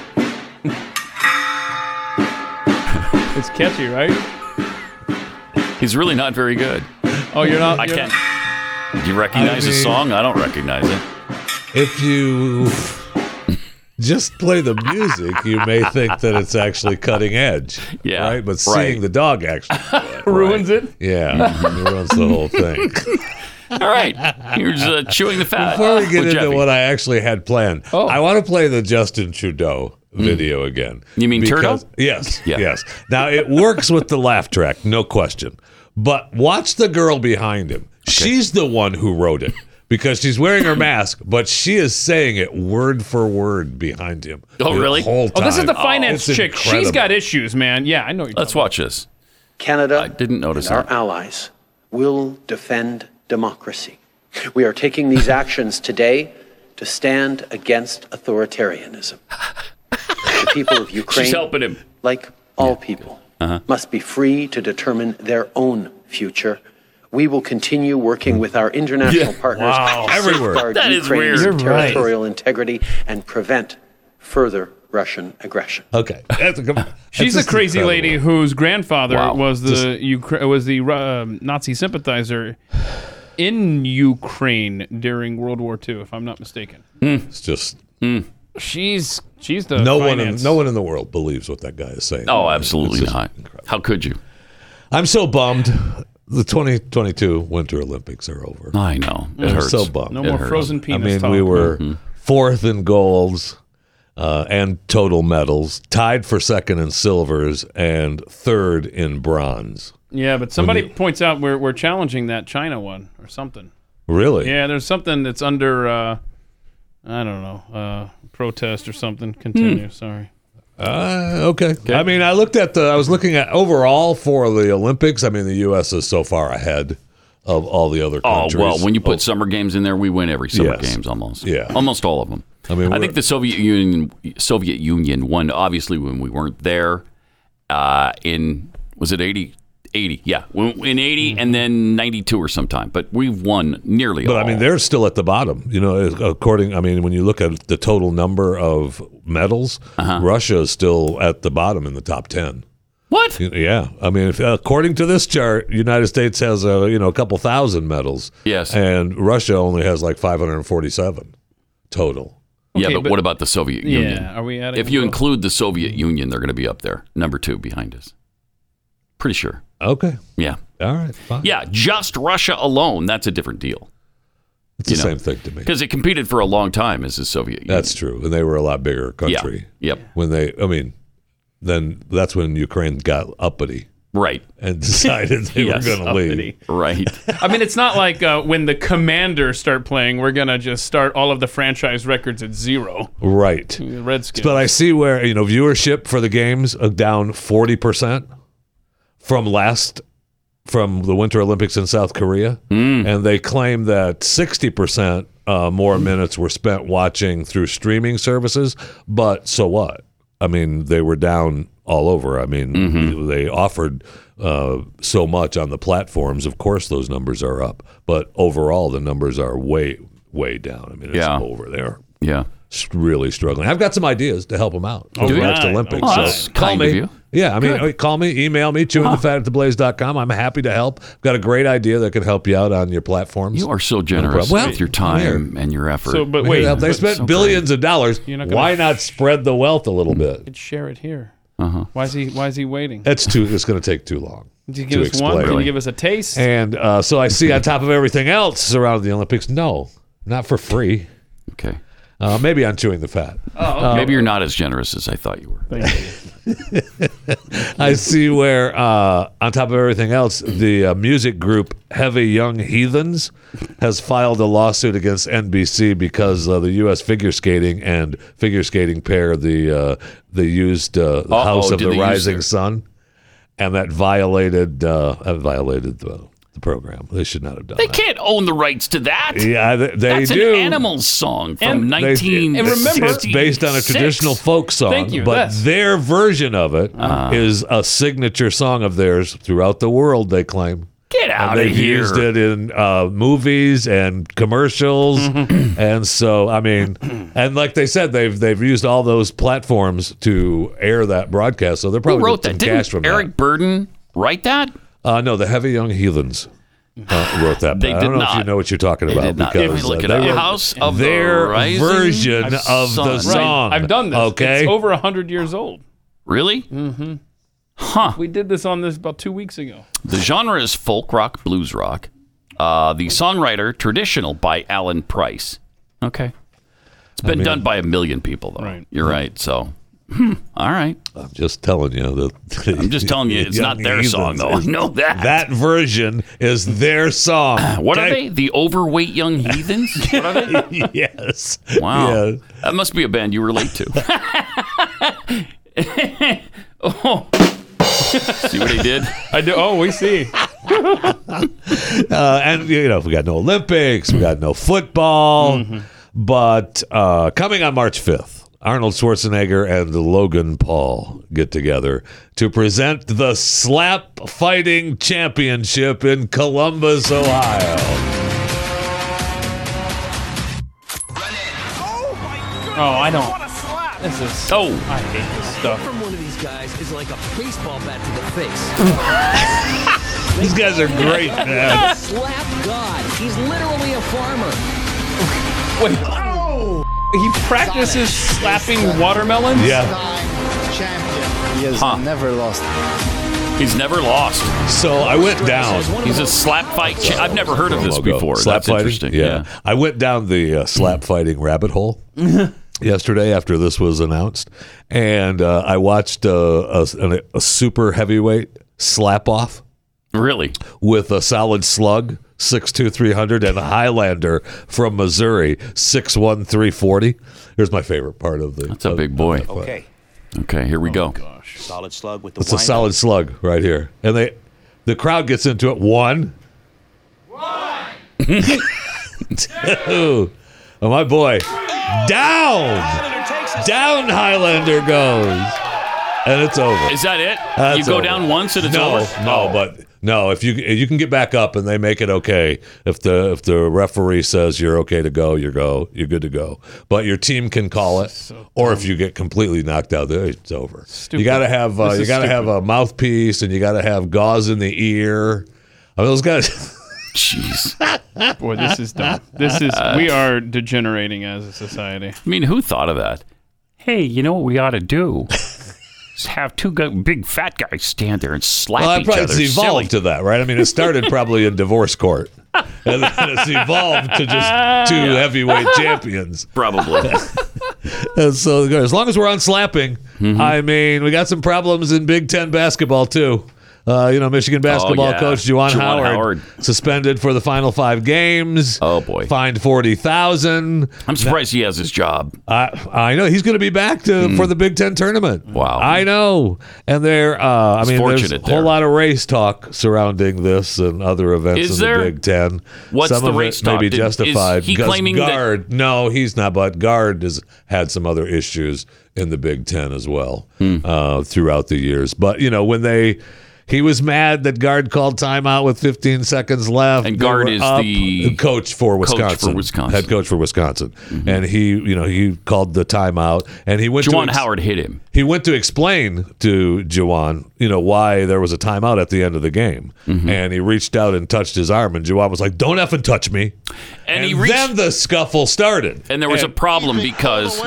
D: it's catchy, right?
B: He's really not very good.
D: Oh, you're not.
B: I
D: you're
B: can't. Do you recognize
N: I
B: the
N: mean-
B: song? I don't recognize it.
N: If you just play the music, you may think that it's actually cutting edge.
B: Yeah.
N: Right? But
B: Right.
N: seeing the dog actually.
D: Ruins it.
N: Yeah. it runs the whole thing.
B: All right. Here's uh, Chewing the Fat.
N: Before
D: Uh,
N: we get
B: with
N: into
B: Jeffy.
N: what I actually had planned,
D: Oh.
N: I want to play the Justin Trudeau
D: Hmm.
N: video again.
B: You mean
N: Because-
B: Turtle?
N: Yes.
B: Yeah.
N: Yes. Now it works with the laugh track, no question. But watch the girl behind him. She's the one who wrote it because she's wearing her mask, but she is saying it word for word behind him.
B: Oh,
N: the
B: really?
N: whole
D: Oh, this is
N: time.
D: the finance
N: It's
D: chick. She's
N: incredible.
D: got issues, man. Yeah, I know you're
B: Let's watch this.
I: Canada
B: I didn't notice
I: and our
B: that.
I: allies will defend democracy. We are taking these actions today to stand against authoritarianism. The people of Ukraine,
B: She's helping him. Uh-huh.
I: like all people, must be free to determine their own future. We will continue working with our international
N: Yeah.
I: partners
N: Wow.
I: to
N: Everywhere.
I: safeguard
B: That is
I: Ukraine's
B: weird.
D: You're right.
I: territorial integrity and prevent further Russian aggression.
N: Okay. That's a, that's
D: She's a
N: just
D: crazy
N: incredible.
D: lady whose grandfather
B: Wow.
D: was the Ukra- was the um, Nazi sympathizer in Ukraine during World War II, if I'm not mistaken.
N: It's just
D: She's she's the
N: no one, in,
D: finance.
N: no one in the world believes what that guy is saying.
B: Oh,
N: It's
B: absolutely
N: just
B: not.
N: incredible.
B: How could you?
N: I'm so bummed. The 2022 Winter Olympics are over.
B: I know. It
N: I'm
B: hurts. Mm-hmm.
N: so bummed.
D: no
B: It
D: more
B: hurts.
D: frozen
N: I
D: penis
N: mean,
D: talk.
N: we were fourth in golds. uh, and total medals, tied for second in silvers and third in bronze.
D: Yeah, but somebody points out we're, we're challenging that China one or something.
N: Really?
D: Yeah, there's something that's under, uh, I don't know, uh, protest or something. Continue,
N: Hmm.
D: sorry.
N: Uh, okay. I mean, I looked at the. I was looking at overall for the Olympics. I mean, the U.S. is so far ahead of all the other
B: Oh
N: countries.
B: well, when you put summer games in there, we win every summer
N: Yes.
B: games almost.
N: Yeah.
B: almost all of them. I
N: mean,
B: I
N: we're-
B: think the Soviet Union, Soviet Union won obviously when we weren't there. Uh, in was it 80? 80, yeah, When- in eighty and then ninety two or sometime. But we've won nearly.
N: But
B: all.
N: I mean, they're still at the bottom. You know, according, I mean, when you look at the total number of medals,
B: Uh-huh.
N: Russia is still at the bottom in the top 10.
B: What?
N: Yeah. I mean, if, according to this chart, United States has a, you know, a couple thousand medals.
B: Yes.
N: And Russia only has like 547 total.
B: yeah,
D: Okay,
B: but,
D: but-
B: what about the Soviet
D: Yeah,
B: Union?
D: are we adding
B: If you
D: them both?
B: include the Soviet Union, they're going to be up there, number two behind us. Pretty sure.
N: Okay.
B: Yeah.
N: All right. Fine.
B: Yeah, just Russia alone, that's a different deal.
N: It's the same thing to me.
B: Because it competed for a long time as the Soviet Union.
N: That's true. And they were a lot bigger country.
B: Yeah. Yep.
N: When they, I mean, then that's when Ukraine got uppity.
B: Right.
N: And decided they
D: Yes,
N: were going to leave.
D: uppity.
B: Right.
D: I mean, it's not like uh, when the Commanders start playing, we're gonna just start all of the franchise records at zero.
N: Right.
D: The Redskins.
N: But I see where you know viewership for the games are down forty percent from last from the Winter Olympics in South Korea, and they claim that sixty percent uh, more minutes were spent watching through streaming services. But so what? I mean, they were down all over. I mean, they offered uh, so much on the platforms. Of course, those numbers are up, but overall, the numbers are way way down. I mean, it's
B: Yeah.
N: over there
B: Yeah.
N: s- really struggling. I've got some ideas to help them out
B: Do
N: over
B: you?
N: the next
B: Alright.
N: Olympics.
B: Oh,
N: so
B: that's
N: call
B: kind
N: me.
B: of you.
N: Yeah, I mean,
B: Good. Ah.
N: uh, call me, email me, chewing the fat at theblaze.com. I'm happy to help. I've got a great idea that could help you out on your platforms.
B: You are so generous
N: problem. Well,
B: with your time and your effort.
D: So, but
N: We
D: wait,
N: could help. they
D: but-
N: spent
D: so
N: billions of dollars.
D: You're not gonna-
N: Why not spread the wealth a little bit?
B: Mm.
D: Could share it here.
N: Uh-huh.
D: Why is he? Why is he waiting?
N: That's too. It's going to take too long.
D: Did you
N: to
D: give us one?
N: explain.
D: Can you give us a taste?
N: And uh, so I see on top of everything else surrounding the Olympics, no, not for free.
B: Okay.
N: Uh, maybe on chewing the fat.
B: Maybe you're not as generous as I thought you were.
N: I see where, uh, on top of everything else, the uh, music group Heavy Young Heathens has filed a lawsuit against NBC because uh, the U.S. figure skating and figure skating pair the uh, they used uh, the
B: Uh-oh,
N: House of
B: did
N: the
B: they use
N: Rising
B: their-
N: Sun, and that violated uh, that violated the, the program. They should not have done.
B: They
N: that.
B: can't own the rights to that.
N: Yeah, they, they
B: That's
N: do.
B: an Animals song from
D: And-
N: They- it's-
B: 19.
D: And remember-
N: it's based on a traditional folk song,
D: Thank you,
N: but
D: yes.
N: their version of it is
B: Ah.
N: a signature song of theirs throughout the world. They claim.
B: Get
N: And
B: out of
N: they've
B: here.
N: used it in uh, movies and commercials,
B: Mm-hmm.
N: and so I mean, and like they said, they've they've used all those platforms to air that broadcast. So they're
B: Who
N: probably
B: wrote
N: getting
B: that?
N: some cash
B: Didn't
N: from
B: Eric Burden write that?
N: that. Uh, no, the Heavy Young Heathens uh, wrote that.
B: They
N: I
B: did
N: don't know if you
B: not.
N: know what you're talking
B: They
N: about
B: did not.
N: because
B: If we look
N: uh,
B: it
N: they
B: up.
N: wrote
B: House of the
N: their
B: Rising
N: version of the
B: Sun.
D: Right.
N: song.
D: I've done this.
N: Okay,
D: It's over hundred years old.
B: Really? Huh.
D: We did this on this about two weeks ago.
B: The genre is folk rock, blues rock. Uh, the songwriter, traditional by Alan Price. Okay. It's been
N: mean-
B: done by a million people, though.
D: Right.
B: You're right. So, hmm, all right.
N: I'm just telling you that.
B: I'm just telling you, it's not their song, though. I know that.
N: That version is their song.
B: What are they? The overweight young heathens? What are they?
N: they? yes.
B: Wow.
N: Yeah.
B: That must be a band you relate to. oh. See what he did?
D: I do. Oh, we see.
N: Uh, and you know, we got no Olympics, we got no
B: Mm-hmm.
N: football. But uh, coming on March 5th, Arnold Schwarzenegger and Logan Paul get together to present the Slap Fighting Championship in Columbus, Ohio.
D: Oh, I don't. This is.
B: Oh.
D: I hate this stuff.
O: from one of these guys is like a baseball bat to the face.
N: These guys are great, man.
O: Slap God. He's literally a farmer.
D: Wait. He practices slapping watermelons.
N: Yeah.
P: He has never lost.
B: He's never lost.
N: So I went down.
B: He's a slap fight. Cha- I've never heard of this
N: logo.
B: before.
N: Slap
B: That's
N: fighting.
B: interesting.
N: I went down the uh, slap fighting rabbit hole, yesterday after this was announced, and uh, I watched uh, a, a, a super heavyweight slap off.
B: Really?
N: With a solid slug, six two three hundred, and a Highlander from Missouri, 6'1", Here's my favorite part of the.
B: That's a big boy.
Q: Okay.
B: Okay, here we
N: Oh,
B: go.
Q: Solid slug with the
N: It's a
Q: wind-up.
N: solid slug right here. And they the crowd gets into it. One. Two. Oh my boy. Down. Down Highlander goes. And it's over.
B: Is that it?
N: That's
B: you go
N: over.
B: down once and it's
N: no,
B: over? Oh.
N: No, but no, if you you can get back up and they make it okay. If the if the referee says you're okay to go, you go. You're good to go. But your team can call it, or if you get completely knocked out, there it's over. You got to have uh,
R: This
N: you
R: is
N: got to
R: stupid.
N: have a mouthpiece and you got to have gauze in the ear. I mean, those guys.
B: Jeez.
D: Boy, this is dumb. This is we are degenerating as a society.
B: I mean, who thought of that? Hey, you know what we ought to do? Just have two gu- big fat guys stand there and slap
N: Well,
B: each
N: probably
B: other.
N: it's evolved
B: Silly.
N: to that, right? I mean, it started probably in divorce court, and then it's evolved to just two heavyweight champions.
B: Probably.
N: And so as long as we're on slapping, I mean, we got some problems in Big Ten basketball too. Uh, you know, Michigan basketball
B: yeah.
N: coach Juwan,
B: Juwan
N: Howard,
B: Howard.
N: suspended for the final five games. Oh boy, fined forty thousand.
B: I'm surprised he has his job.
N: I I know he's going to be back to
B: Hmm.
N: for the Big Ten tournament. Wow, I know. And there, uh, I
B: It's
N: mean, there's a
B: fortunate
N: whole
B: there.
N: lot of race talk surrounding this and other events
B: Is
N: in
B: there?
N: the Big Ten.
B: What's
N: Some
B: the
N: of it
B: race
N: may
B: talk?
N: be
B: Did- is
N: justified.
B: he
N: because
B: claiming that-
N: guard? no, he's not. But guard has had some other issues in the Big Ten as well
B: Hmm.
N: uh, throughout the years. But you know, when they. He was mad that guard called timeout with 15 seconds left.
B: And
N: They
B: guard
N: were
B: is
N: up.
B: the
N: coach for
B: coach for
N: Wisconsin,
B: Wisconsin.
N: head coach for Wisconsin, and he, you know, he called the timeout, and he went. to
B: Mm-hmm. Juwan Howard hit him.
N: He went to explain to Juwan, you know, why there was a timeout at the end of the game,
B: Mm-hmm.
N: and he reached out and touched his arm, and Juwan was like, "Don't effing touch me," and, he reached, then the scuffle started,
B: And there was a
N: And-
B: problem because.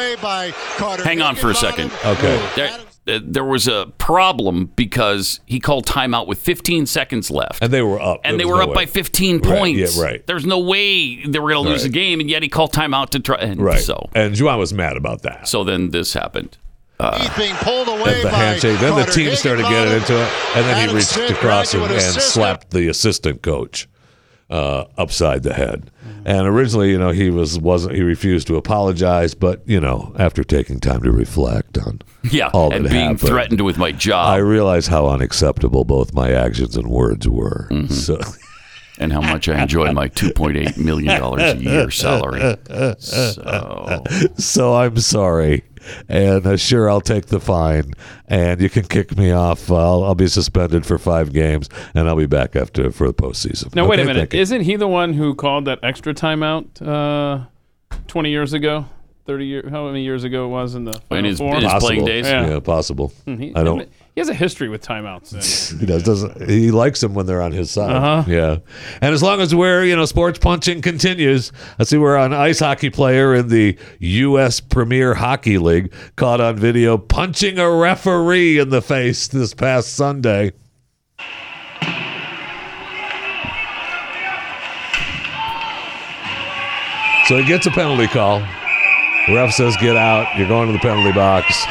B: Hang on for a second.
N: Okay.
B: There, uh, there was a problem because he called timeout with 15 seconds left.
N: and they were up,
B: And they
N: There was
B: were
N: no
B: up by
N: way.
B: 15
N: Right,
B: points.
N: yeah, right.
B: There's no way they were going to lose
N: Right.
B: the game, and yet he called timeout to try. And
N: Right.
B: So.
N: And Juwan was mad about that.
B: So then this happened. Uh,
P: being pulled away
N: at the
P: by
N: handshake. Then the
P: Carter
N: team started getting into it, and then he
P: Adam
N: reached
P: Smith,
N: across and,
P: graduate
N: and
P: assistant.
N: slapped the assistant coach uh, upside the head. And originally, you know, he was wasn't he refused to apologize, but you know, after taking time to reflect on
B: yeah.
N: all
B: and
N: that
B: being
N: happened,
B: threatened with my job.
N: I realized how unacceptable both my actions and words were.
B: Mm-hmm.
N: So.
B: and how much I enjoy my $2.8 million a year salary. So.
N: So I'm sorry. And uh, sure, I'll take the fine. And you can kick me off. I'll, I'll be suspended for five games, and I'll be back after for the postseason.
D: Now wait a
N: Okay,
D: minute.
N: thank you.
D: Isn't he the one who called that extra timeout uh, twenty years ago? Thirty years? How many years ago it was in the Final
B: his-
D: Four?
B: in his playing
N: Possible.
B: days?
N: Yeah,
D: Yeah.
N: possible.
D: Hmm, he-
N: I don't.
D: He has a history with timeouts.
N: He does, doesn't. He likes them when they're on his side.
D: Uh-huh.
N: Yeah, and as long as we're you know sports punching continues, I see we're an ice hockey player in the U.S. Premier Hockey League caught on video punching a referee in the face this past Sunday. So he gets a penalty call. Ref says, "Get out! You're going to the penalty box."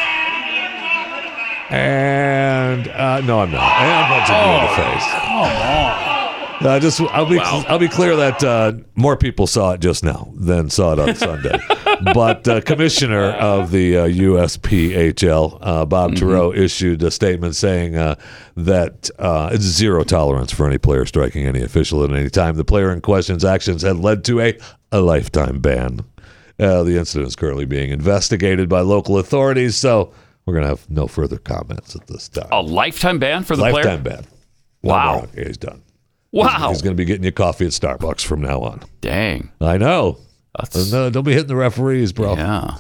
N: And uh, no, I'm not. And I'm punching you in the face.
D: Come on.
N: Uh, just I'll be I'll be clear that uh, more people saw it just now than saw it on Sunday. but uh, Commissioner of the uh, USPHL, uh, Bob
B: Mm-hmm.
N: Turow, issued a statement saying uh, that uh, it's zero tolerance for any player striking any official at any time. The player in question's actions had led to a, a lifetime ban. Uh, the incident is currently being investigated by local authorities, so we're going to have no further comments at this time.
B: A lifetime ban for Oh, the
N: lifetime
B: player?
N: ban. No
B: Wow.
N: more. Yeah, he's done.
B: Wow.
N: He's going to be getting you coffee at Starbucks from now on.
B: Dang.
N: I know. No, don't be hitting the referees, bro.
B: Yeah.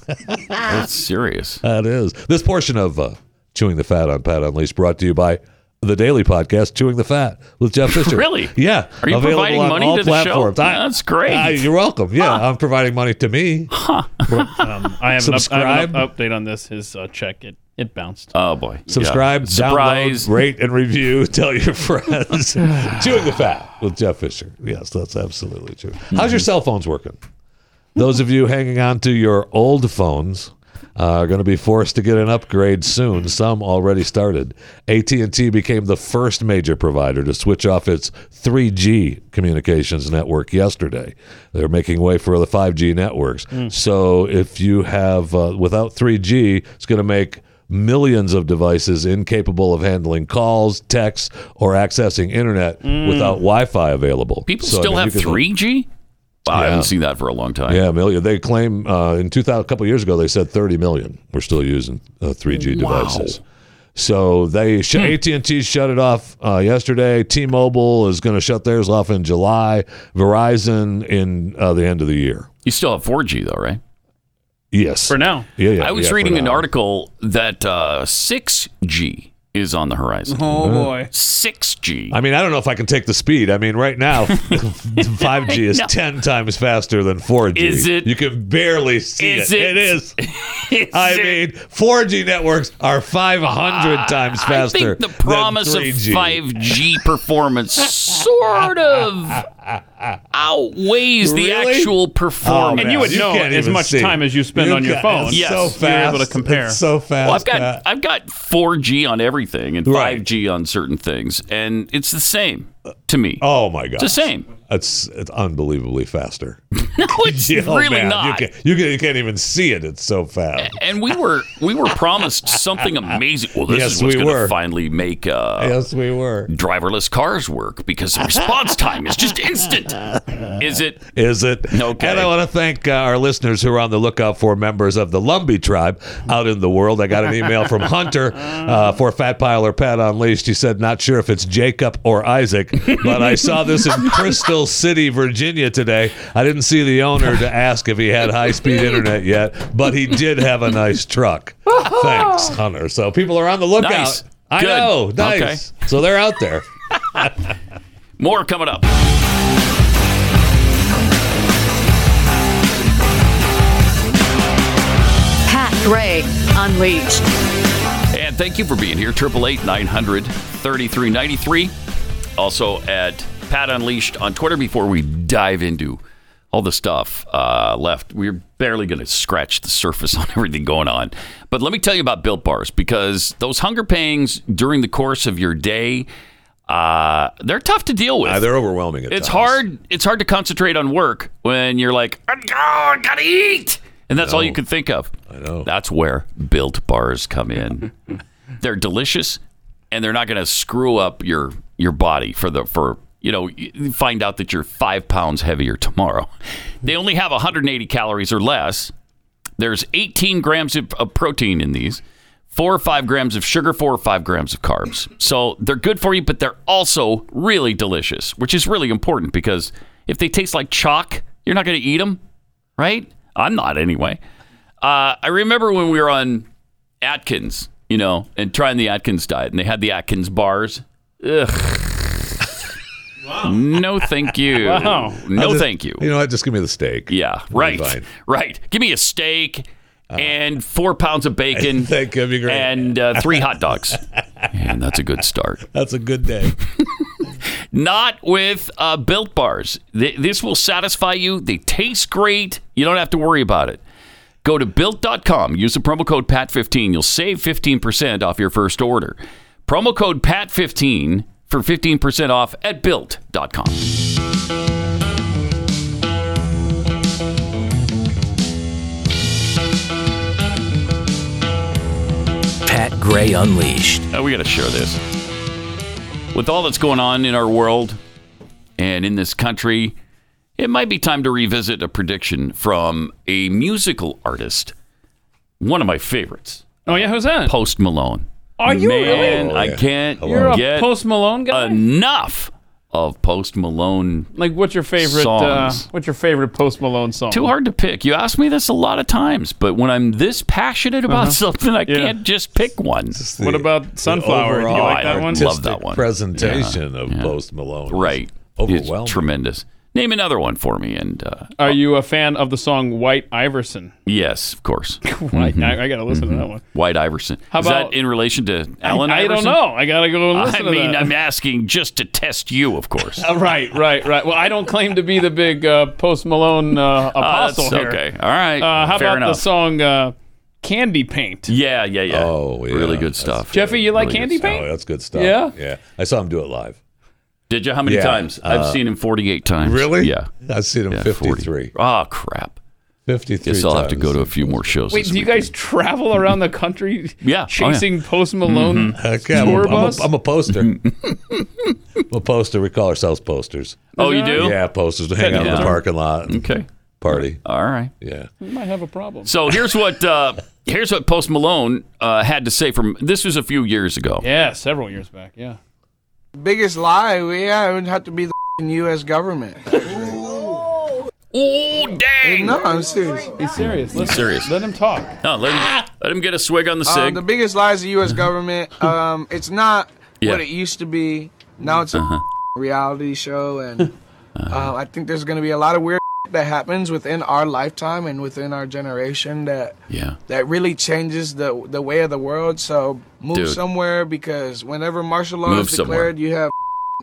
B: That's serious.
N: That is. This portion of uh, Chewing the Fat on Pat Unleashed brought to you by the daily podcast, Chewing the Fat with Jeff Fisher.
B: Really?
N: Yeah.
B: Are you
N: Available
B: providing
N: on
B: money
N: all
B: to the show?
N: platforms.
B: That's great.
N: I- you're welcome. Yeah, I'm providing money to me. Huh.
D: Um, I have an, up, I have an
N: Subscribe.
D: up- update on this. His uh, check it it bounced.
B: Oh, boy.
N: Subscribe,
B: Surprise.
N: download, rate, and review. Tell your friends.
B: Hmm.
N: Chewing the Fat with Jeff Fisher. Yes, that's absolutely true. How's your cell phones working? Those of you hanging on to your old phones uh, are going to be forced to get an upgrade soon. Some already started. AT&T became the first major provider to switch off its 3G communications network yesterday. They're making way for the 5G networks. So if you have uh, without 3G, it's going to make millions of devices incapable of handling calls, texts, or accessing internet
B: Mm.
N: without Wi-Fi available.
B: People
N: So, I
B: still
N: mean, you
B: have
N: can-
B: 3G? Wow, I
N: Yeah.
B: haven't seen that for a long time.
N: Yeah, million. They claim uh, in 2000, a couple years ago, they said 30 million were still using uh, 3G
B: Wow. Hmm.
N: devices. So they sh- AT&T shut it off uh, yesterday. T-Mobile is going to shut theirs off in July. Verizon in uh, the end of the year.
B: You still have 4G though, right?
N: Yes.
D: For now.
N: Yeah, yeah.
B: I was
N: yeah, for
B: reading an
N: now.
B: article that uh, 6G is on the horizon.
D: Oh,
N: Yeah.
D: boy.
B: 6G.
N: I mean, I don't know if I can take the speed. I mean, right now, 5G is
B: No.
N: 10 times faster than 4G.
B: Is it?
N: You can barely see
B: Is it?
N: it. It is. I mean, 4G networks are 500 times
B: Uh, I
N: faster.
B: think the
N: than
B: promise of
N: 3G.
B: 5G performance sort of outweighs the
N: Really?
B: actual
N: Oh,
B: performance.
N: man, can't even see. can't- it's so fast. It's so fast.
B: Well, I've got
N: Pat.
B: I've got 4G on everything and
N: Right.
B: 5G on certain things, and it's the same to me.
N: Oh my god,
B: It's the same.
N: It's it's unbelievably faster.
B: No, it's
N: Oh,
B: really
N: man,
B: not.
N: You can't, you, can, you can't even see it. It's so fast.
B: and we were we were promised something amazing. Well, this
N: Yes,
B: is what's
N: we
B: going
N: were.
B: to finally make uh,
N: yes, we were.
B: driverless cars work because the response time is just instant. Is it?
N: Is it? Okay. And I want to thank uh, our listeners who are on the lookout for members of the Lumbee tribe out in the world. I got an email from Hunter uh, for Fat Pile or Pat Unleashed. He said, Not sure if it's Jacob or Isaac, but I saw this in Crystal City, Virginia today. I didn't see the owner to ask if he had high speed internet yet, but he did have a nice truck. Thanks, Hunter. So people are on the lookout.
B: Nice.
N: I
B: Good.
N: know. Nice. So they're out there.
B: More coming up.
Q: Pat Gray Unleashed.
B: And thank you for being here. 888 900 3393. Also at Pat Unleashed on Twitter before we dive into all the stuff uh, left. We're barely going to scratch the surface on everything going on. But let me tell you about Built Bars because those hunger pangs during the course of your day, uh, they're tough to deal with.
N: Uh, they're overwhelming at
B: It's
N: times.
B: hard. It's hard to concentrate on work when you're like, oh, I gotta eat, and that's all you can think of. I know. That's where Built Bars come in. they're delicious, and they're not going to screw up your your body for the for you know you find out that you're five pounds heavier tomorrow. They only have 180 calories or less. There's 18 grams of, of protein in these, four or five grams of sugar, four or five grams of carbs. So they're good for you, but they're also really delicious, which is really important because if they taste like chalk, you're not going to eat them, right? I'm not anyway. Uh, I remember when we were on Atkins, you know, and trying the Atkins diet, and they had the Atkins bars. Ugh. No, thank you.
N: Wow.
B: No,
N: I'll just-
B: thank you.
N: You know what? Just give me the steak.
B: Yeah, right, right. Give me a steak and four pounds of bacon.
N: Thank you. Great.
B: And uh, three hot dogs. And that's a good start.
N: That's a good day.
B: Not with uh, built bars. Th- this will satisfy you. They taste great. You don't have to worry about it. Go to built.com. Use the promo code PAT15. You'll save 15% off your first order. Promo code PAT15 for 15% off at built.com.
L: Pat Gray Unleashed.
B: Oh, we got to share this. With all that's going on in our world and in this country, it might be time to revisit a prediction from a musical artist, one of my favorites.
D: Oh yeah, who's that?
B: Post Malone.
D: Are you
B: Man,
D: really? Oh,
B: I can't
D: You're a
B: get
D: Post Malone guy.
B: enough of Post Malone.
D: like, what's your favorite? Uh,
B: Songs.
D: what's your favorite Post Malone song?
B: Too hard to pick. You ask me this a lot of times, but when I'm this passionate about
D: Uh-huh.
B: something, I
D: Yeah.
B: can't just pick one.
D: What about Sunflower? Do you
B: overall
D: like that one?
B: love that one.
N: Presentation of
B: Yeah.
N: Post Malone.
B: Right.
N: Overwhelming.
B: It's tremendous. Name another one for me. And uh,
D: Are you a fan of the song White Iverson?
B: yes, of course.
D: White, I, I got to listen
B: Mhm.
D: to that one.
B: White Iverson.
D: How
B: Is
D: about-
B: that in relation to Alan
D: I, I don't
B: Iverson?
D: know. I got to go and listen
B: I mean,
D: to that.
B: I'm asking just to test you, of course.
D: Uh, right, right, right. Well, I don't claim to be the big uh, Post Malone uh, apostle
B: Oh, Ah, that's
D: here.
B: okay. All right.
D: Uh, how
B: Fair
D: about the
B: enough.
D: song uh, Candy Paint?
B: Yeah, yeah, yeah. Oh, really good stuff.
D: Jeffy, you like Candy
N: good stuff.
D: Paint?
N: Oh, that's good stuff.
D: Yeah?
N: yeah. I saw him do it live.
B: Did you? How many
N: Yeah,
B: times? I've
N: uh,
B: seen him 48 times.
N: Really?
B: Yeah.
N: I've seen him
B: Yeah,
N: 53.
B: Oh, crap.
N: 53
B: Guess I'll have to
N: times.
B: go to a few more shows.
D: Wait, do you guys travel around the country
B: Yeah. Mm-hmm. Oh, yeah.
D: chasing Post Malone
N: Mhm. Okay, I'm,
D: tour
N: a, I'm,
D: bus?
N: a, I'm a poster. I'm a poster. We call ourselves posters.
D: Oh, you do?
N: Yeah, posters. We hang out in
B: Yeah.
N: the parking lot. and
B: Okay.
N: Party.
B: All right.
N: Yeah.
D: we might have a problem.
B: So here's what uh, here's what Post Malone uh, had to say from this was a few years ago.
D: Yeah, several years back. Yeah.
R: Biggest lie, we- yeah, it would have to be the f***ing U.S. government.
B: Oh, dang!
R: No, I'm serious.
D: He's serious.
B: He's serious.
D: Let him talk.
B: No, let him, let him get a swig on the
R: Ah! Um,
B: cig.
R: the biggest lie is the U.S. government. Um, it's not
B: Yeah.
R: what it used to be. Now it's a
B: Uh-huh.
R: reality show, and uh, I think there's going to be a lot of weird that happens within our lifetime and within our generation that
B: Yeah.
R: that really changes the the way of the world. So move
B: Dude.
R: somewhere because whenever martial law
B: Move
R: is
B: somewhere.
R: declared, you have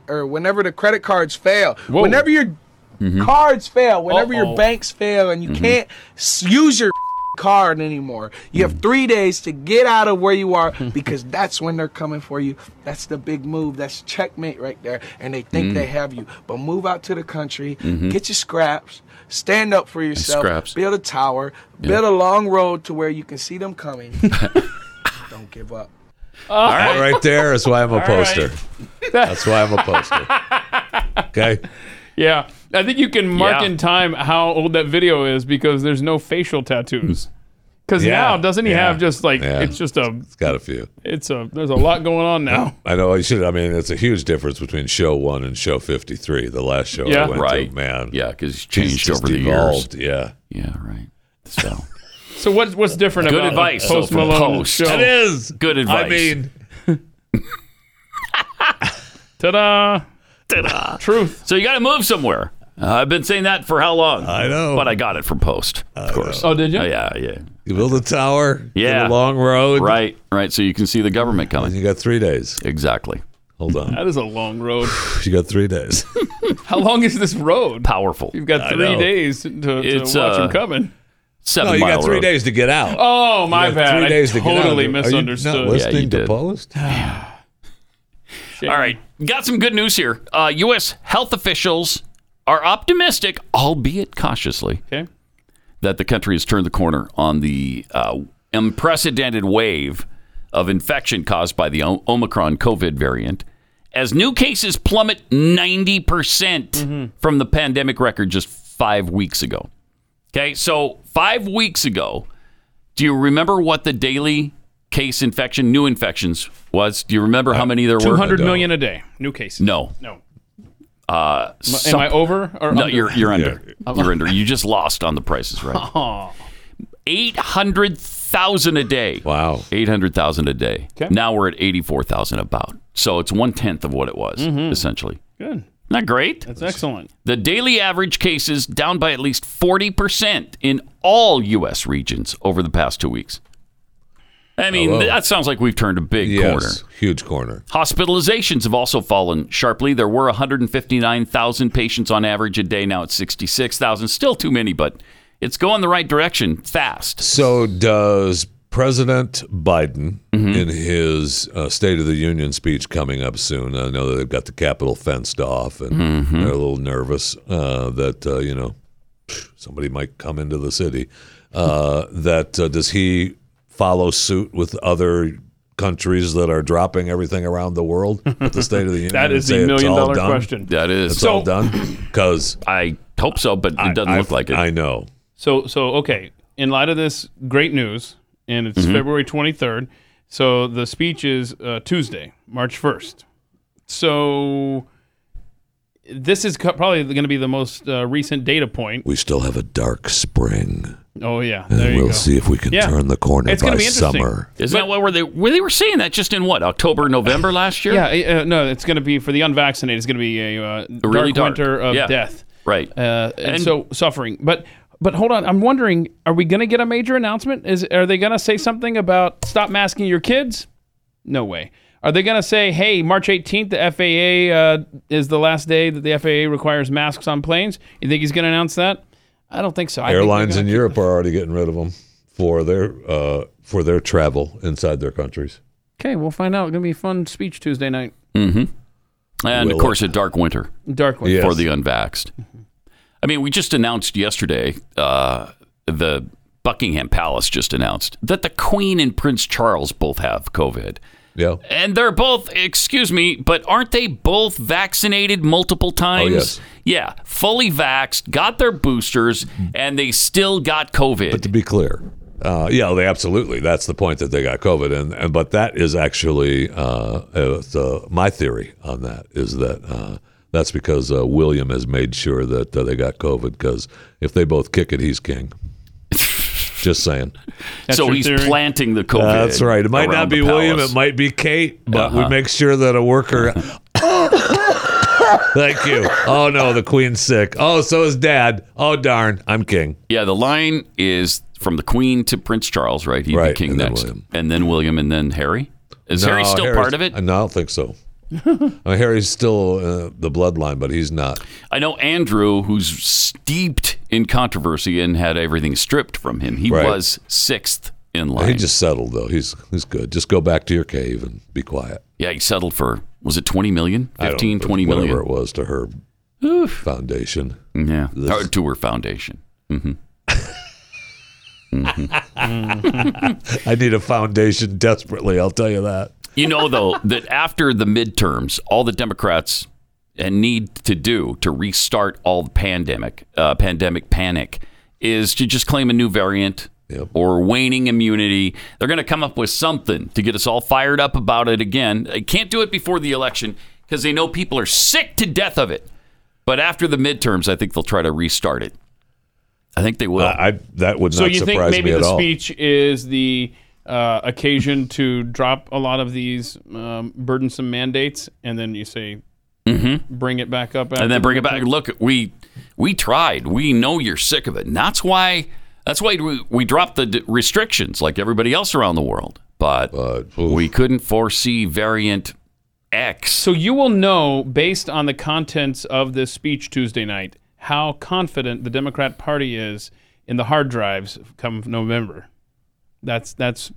R: or whenever the credit cards fail,
B: Whoa.
R: whenever your
P: Mm-hmm.
B: Mhm.
R: cards fail, whenever
B: Uh-oh.
R: your banks fail, and you
B: Mhm.
R: can't s- use your card anymore. You have three days to get out of where you are because that's when they're coming for you. That's the big move. That's checkmate right there. And they think
B: Mm.
R: they have you. But move out to the country,
B: Mhm.
R: get your scraps, stand up for yourself,
B: scraps.
R: build a tower,
B: Yeah.
R: build a long road to where you can see them coming. Don't give up.
N: All right. That right there is why I'm a poster. That's why I'm a poster. Okay.
D: Yeah. I think you can mark
N: Yeah.
D: in time how old that video is because there's no facial tattoos. Because
N: Yeah.
D: now, doesn't he
N: Yeah.
D: have just like,
N: Yeah.
D: it's just a,
N: It's got a few.
D: it's a, there's a lot going on now.
N: I know I should. I mean, it's a huge difference between show one and show 53, the last show
D: Yeah.
N: I went
B: Right.
N: to. Man.
B: Yeah, because he's changed
N: just
B: over the
N: evolved.
B: years.
N: Yeah.
B: Yeah, right. So
D: So what's what's different
B: good
D: about
B: advice.
D: the Post
B: though, from
D: Malone
B: Post.
D: show?
N: It is.
B: good advice.
N: I mean,
D: Ta-da!
B: Ta-da.
D: Truth.
B: So you got to move somewhere. Uh, I've been saying that for how long? I
N: know. Uh-huh.
B: But I got it from Post, of course.
D: Oh, did you?
B: yeah, yeah.
N: you build a tower.
B: Yeah.
N: build a long road.
B: Right, right. So you can see the government coming.
N: You got three days.
B: Exactly.
N: Hold on.
D: That is a long road.
N: You got three days.
D: How long is this road?
B: Powerful.
D: You've got
N: I
D: three
N: know.
D: days to, to
B: It's,
D: watch
B: uh,
D: him coming.
B: Seven
N: no, you
B: mile
N: got three
B: road.
N: days to get out.
D: Oh, my
N: You got
D: bad.
N: Three days
D: I
N: to get out.
D: totally
N: Are you not
D: misunderstood.
N: listening
B: Yeah, you
N: to
B: did.
N: Post?
B: All right, got some good news here. Uh, U.S. health officials are optimistic, albeit cautiously,
D: Okay.
B: that the country has turned the corner on the uh, unprecedented wave of infection caused by the O- Omicron COVID variant, as new cases plummet 90% percent
D: Mm-hmm.
B: from the pandemic record just five weeks ago. Okay, so five weeks ago, do you remember what the daily case infection, new infections, was? Do you remember how many there were?
D: Uh, Two hundred million a day, new cases.
B: No.
D: No.
B: Uh,
D: I over or
B: no?
D: under?
B: You're you're under. You're under. You just lost on the prices, right?
D: Oh.
B: Eight hundred thousand a day.
N: Wow.
B: Eight hundred thousand a day.
D: Okay.
B: Now we're at eighty-four thousand about. So it's one tenth of what it was
D: Mhm.
B: essentially.
D: Good.
B: Not great.
D: That's excellent.
B: The daily average cases down by at least forty percent in all U.S. regions over the past two weeks. I mean,
N: Hello.
B: that sounds like we've turned a big corner.
N: Yes, huge corner.
B: Hospitalizations have also fallen sharply. There were 159,000 patients on average a day. Now it's 66,000. Still too many, but it's going the right direction fast.
N: So does President Biden
D: Mm-hmm.
N: in his uh, State of the Union speech coming up soon? I know they've got the Capitol fenced off, and
D: Mm-hmm.
B: Mhm.
N: they're a little nervous uh, that uh, you know somebody might come into the city. Uh, that uh, does he follow suit with other countries that are dropping everything around the world at the State of the Union?
D: That
N: and
D: is the
N: say it's
D: million
N: all
D: dollar
N: done?
D: question.
B: That is.
N: It's all done because
B: I hope so, but it doesn't look like it.
N: I know.
D: So so okay. In light of this great news, and it's
B: Mhm.
D: February twenty third. So the speech is uh, Tuesday, March first. So this is co- probably going to be the most uh, recent data point.
N: We still have a dark spring.
D: Oh yeah,
N: And
D: there you
N: we'll
D: go.
N: see if we can
D: Yeah.
N: turn the corner
D: It's
N: by
D: gonna be interesting.
N: summer.
B: Isn't that what were they? Well, they were saying that just in what October, November last year.
D: eh, Yeah, uh, no, it's going to be for the unvaccinated. It's going to be a uh,
B: Really
D: dark
B: dark.
D: winter of
B: Yeah.
D: death.
B: Right.
D: Uh, and, so suffering. But but hold on, I'm wondering, are we going to get a major announcement? Is are they going to say something about stop masking your kids? No way. Are they going to say, "Hey, March 18th, the FAA uh, is the last day that the FAA requires masks on planes"? You think he's going to announce that? I don't think so. I think they're
N: Airlines
D: gonna-
N: in Europe are already getting rid of them for their uh, for their travel inside their countries.
D: Okay, we'll find out. It's going to be a fun speech Tuesday night.
B: Mm-hmm. And
N: Will
B: of course, a dark winter.
D: Dark winter.
B: for
D: Yes.
B: the unvaxxed. I mean, we just announced yesterday. Uh, the Buckingham Palace just announced that the Queen and Prince Charles both have COVID.
N: Yeah.
B: And they're both, excuse me, but aren't they both vaccinated multiple times?
N: Oh, yes.
B: Yeah, fully vaxxed, got their boosters, and they still got COVID.
N: Hmm. But to be clear, uh, yeah, they absolutely. That's the point that they got COVID, and, and but that is actually uh, uh, the, my theory on that is that uh, that's because uh, William has made sure that uh, they got COVID because if they both kick it, he's king. Just saying.
B: so he's planting the COVID.
N: That's right. It might not
B: around
N: be
B: the
N: William.
B: palace.
N: It might be Kate. But
B: Uh-huh.
N: we make sure that a worker. Thank you. Oh no, the queen's sick. Oh, so is dad. Oh darn, I'm king.
B: Yeah, the line is from the Queen to Prince Charles, right? He'd
N: Right,
B: be king
N: and then
B: next.
N: William.
B: And then William and then Harry. Is
N: No,
B: Harry still
N: Harry's-
B: part of it?
N: No, I don't think so. I mean, Harry's still uh, the bloodline, but he's not.
B: I know Andrew, who's steeped in controversy and had everything stripped from him. He
N: Right.
B: was sixth in line.
N: He just settled though. He's he's good. Just go back to your cave and be quiet.
B: yeah, he settled for, was it 20 million?
N: I don't-
B: 15, 20 million.
N: Whatever it was to her foundation.
B: Yeah.
N: This-
B: Or to her foundation. hmm
N: I need a foundation desperately. I'll tell you that.
B: You know, though, that after the midterms, all the Democrats uh, need to do to restart all the pandemic, uh, pandemic panic, is to just claim a new variant or waning immunity. They're going to come up with something to get us all fired up about it again. They can't do it before the election because they know people are sick to death of it. But after the midterms, I think they'll try to restart it. I think they will.
N: I that would
D: so you think maybe the speech is the uh, occasion to drop a lot of these um, burdensome mandates, and then you say,
B: Mhm.
D: bring it back up,
B: and
D: after
B: then bring it
D: the-
B: back. Look, we we tried. We know you're sick of it, and that's why that's why we, we dropped the d- restrictions like everybody else around the world. But we couldn't foresee variant X.
D: So you will know based on the contents of this speech Tuesday night how confident the Democrat Party is in the hard drives come November. That's that's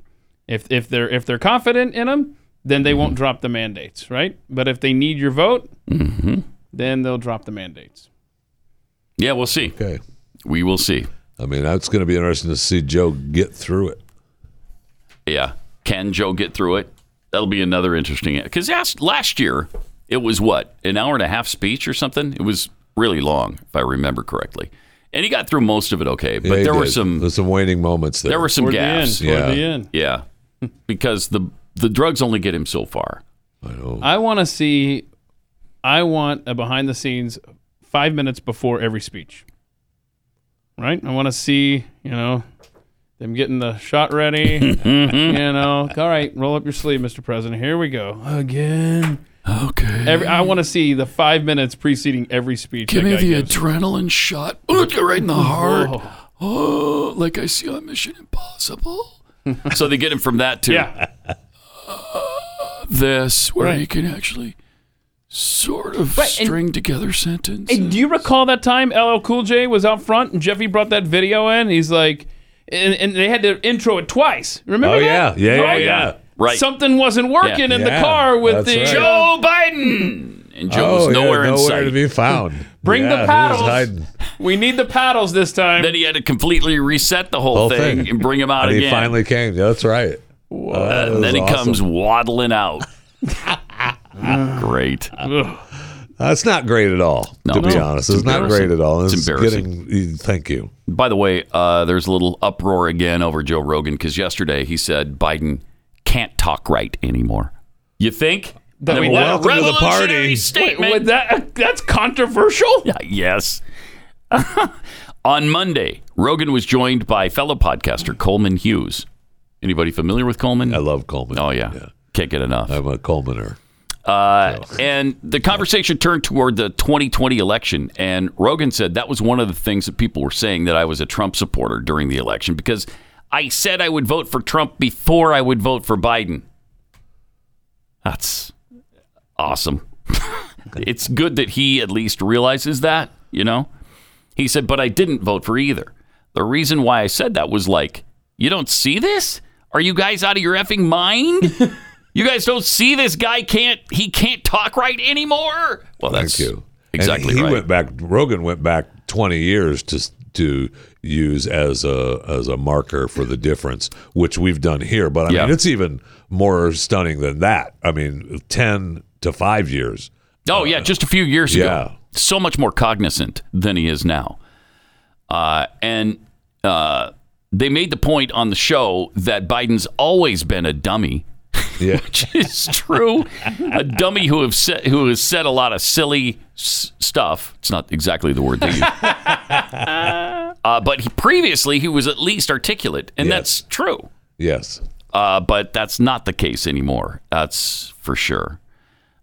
D: if if they're if they're confident in them, then they
B: Mm-hmm.
D: won't drop the mandates, right? But if they need your vote,
B: Mm-hmm.
D: then they'll drop the mandates.
B: Yeah, we'll see.
N: Okay.
B: We will see.
N: I mean, that's going to be interesting to see Joe get through it.
B: Yeah, can Joe get through it? That'll be another interesting because last year it was what an hour and a half speech or something. It was really long, if I remember correctly, and he got through most of it okay. But
N: Yeah, he
B: there were
N: did.
B: some
N: There's some waning moments there.
B: There were some
N: Toward the
B: gaps.
N: end, toward Yeah. the
D: end.
B: Yeah. because the the drugs only get him so far.
N: I know.
D: I want to see. I want a behind the scenes five minutes before every speech. Right? I want to see, you know, them getting the shot ready.
M: Mm-hmm.
D: you know, all right, roll up your sleeve, Mr. President. Here we go. Again.
M: Okay.
D: Every, I want to see the five minutes preceding every speech.
M: Give
D: that
M: me
D: guy
M: the
D: gives.
M: adrenaline shot. Look, right in the heart.
D: Whoa.
M: Oh, like I see on Mission Impossible.
B: so they get him from that too.
D: Yeah.
M: This, where
D: Right.
M: you can actually sort of
D: Right, and-
M: string together sentences.
D: Hey, do you recall that time LL Cool J was out front and Jeffy brought that video in? He's like, and, and they had to intro it twice. Remember?
N: Oh,
D: that?
N: yeah. Yeah, yeah,
D: Right?
N: yeah. Right.
D: Something wasn't working
N: Yeah.
D: in
N: Yeah,
D: the car with
N: that's
D: the
N: right.
D: Joe Biden.
B: And
D: Joe
N: oh,
D: was nowhere
N: yeah,
D: in
N: nowhere
D: sight.
N: to be found.
D: Bring
N: Yeah, he
D: the
N: was
D: paddles.
N: hiding.
D: We need the paddles this time.
B: Then he had to completely reset the whole,
N: Whole
B: thing,
N: thing.
B: and bring him out
N: and
B: again.
N: he finally came. Yeah, That's right. Wow, that
B: and then
N: was
B: he
N: awesome.
B: comes waddling out. Great.
N: That's not great at all.
B: No,
N: to be
B: no.
N: honest,
B: It's
N: it's, not great at all.
B: It's embarrassing.
N: Getting, thank you.
B: By the way, uh, there's a little uproar again over Joe Rogan because yesterday he said Biden can't talk right anymore. You think?
D: That we-
B: What a
D: Welcome to the party.
B: revolutionary
D: Wait,
B: Statement.
D: would that uh, that's controversial.
B: Uh, Yes. On Monday, Rogan was joined by fellow podcaster Coleman Hughes. Anybody familiar with Coleman? I
N: love Coleman.
B: Oh yeah, can't get enough.
N: I'm a Coleman.
B: Uh, and the conversation turned toward the 2020 election, and Rogan said that was one of the things that people were saying that I was a Trump supporter during the election because I said I would vote for Trump before I would vote for Biden. That's awesome. it's good that he at least realizes that, you know? He said, but I didn't vote for either. The reason why I said that was like, you don't see this? Are you guys out of your effing mind? you guys don't see this guy can't he can't talk right anymore? Well, that's
N: Thank you. And
B: exactly
N: he
B: right.
N: went back. Rogan went back twenty years to to use as a as a marker for the difference, which we've done here. But I
B: Yeah.
N: mean, it's even more stunning than that. I mean, ten to five years.
B: Oh yeah, just a few years
N: Yeah.
B: ago. So much more cognizant than he is now. Uh, and uh, they made the point on the show that Biden's always been a dummy.
N: Yeah.
B: Which is true. a dummy who have said, who has said a lot of silly s- stuff. It's not exactly the word they use. uh, but he, previously he was at least articulate, and that's true.
N: Yes.
B: Uh, but that's not the case anymore. That's for sure.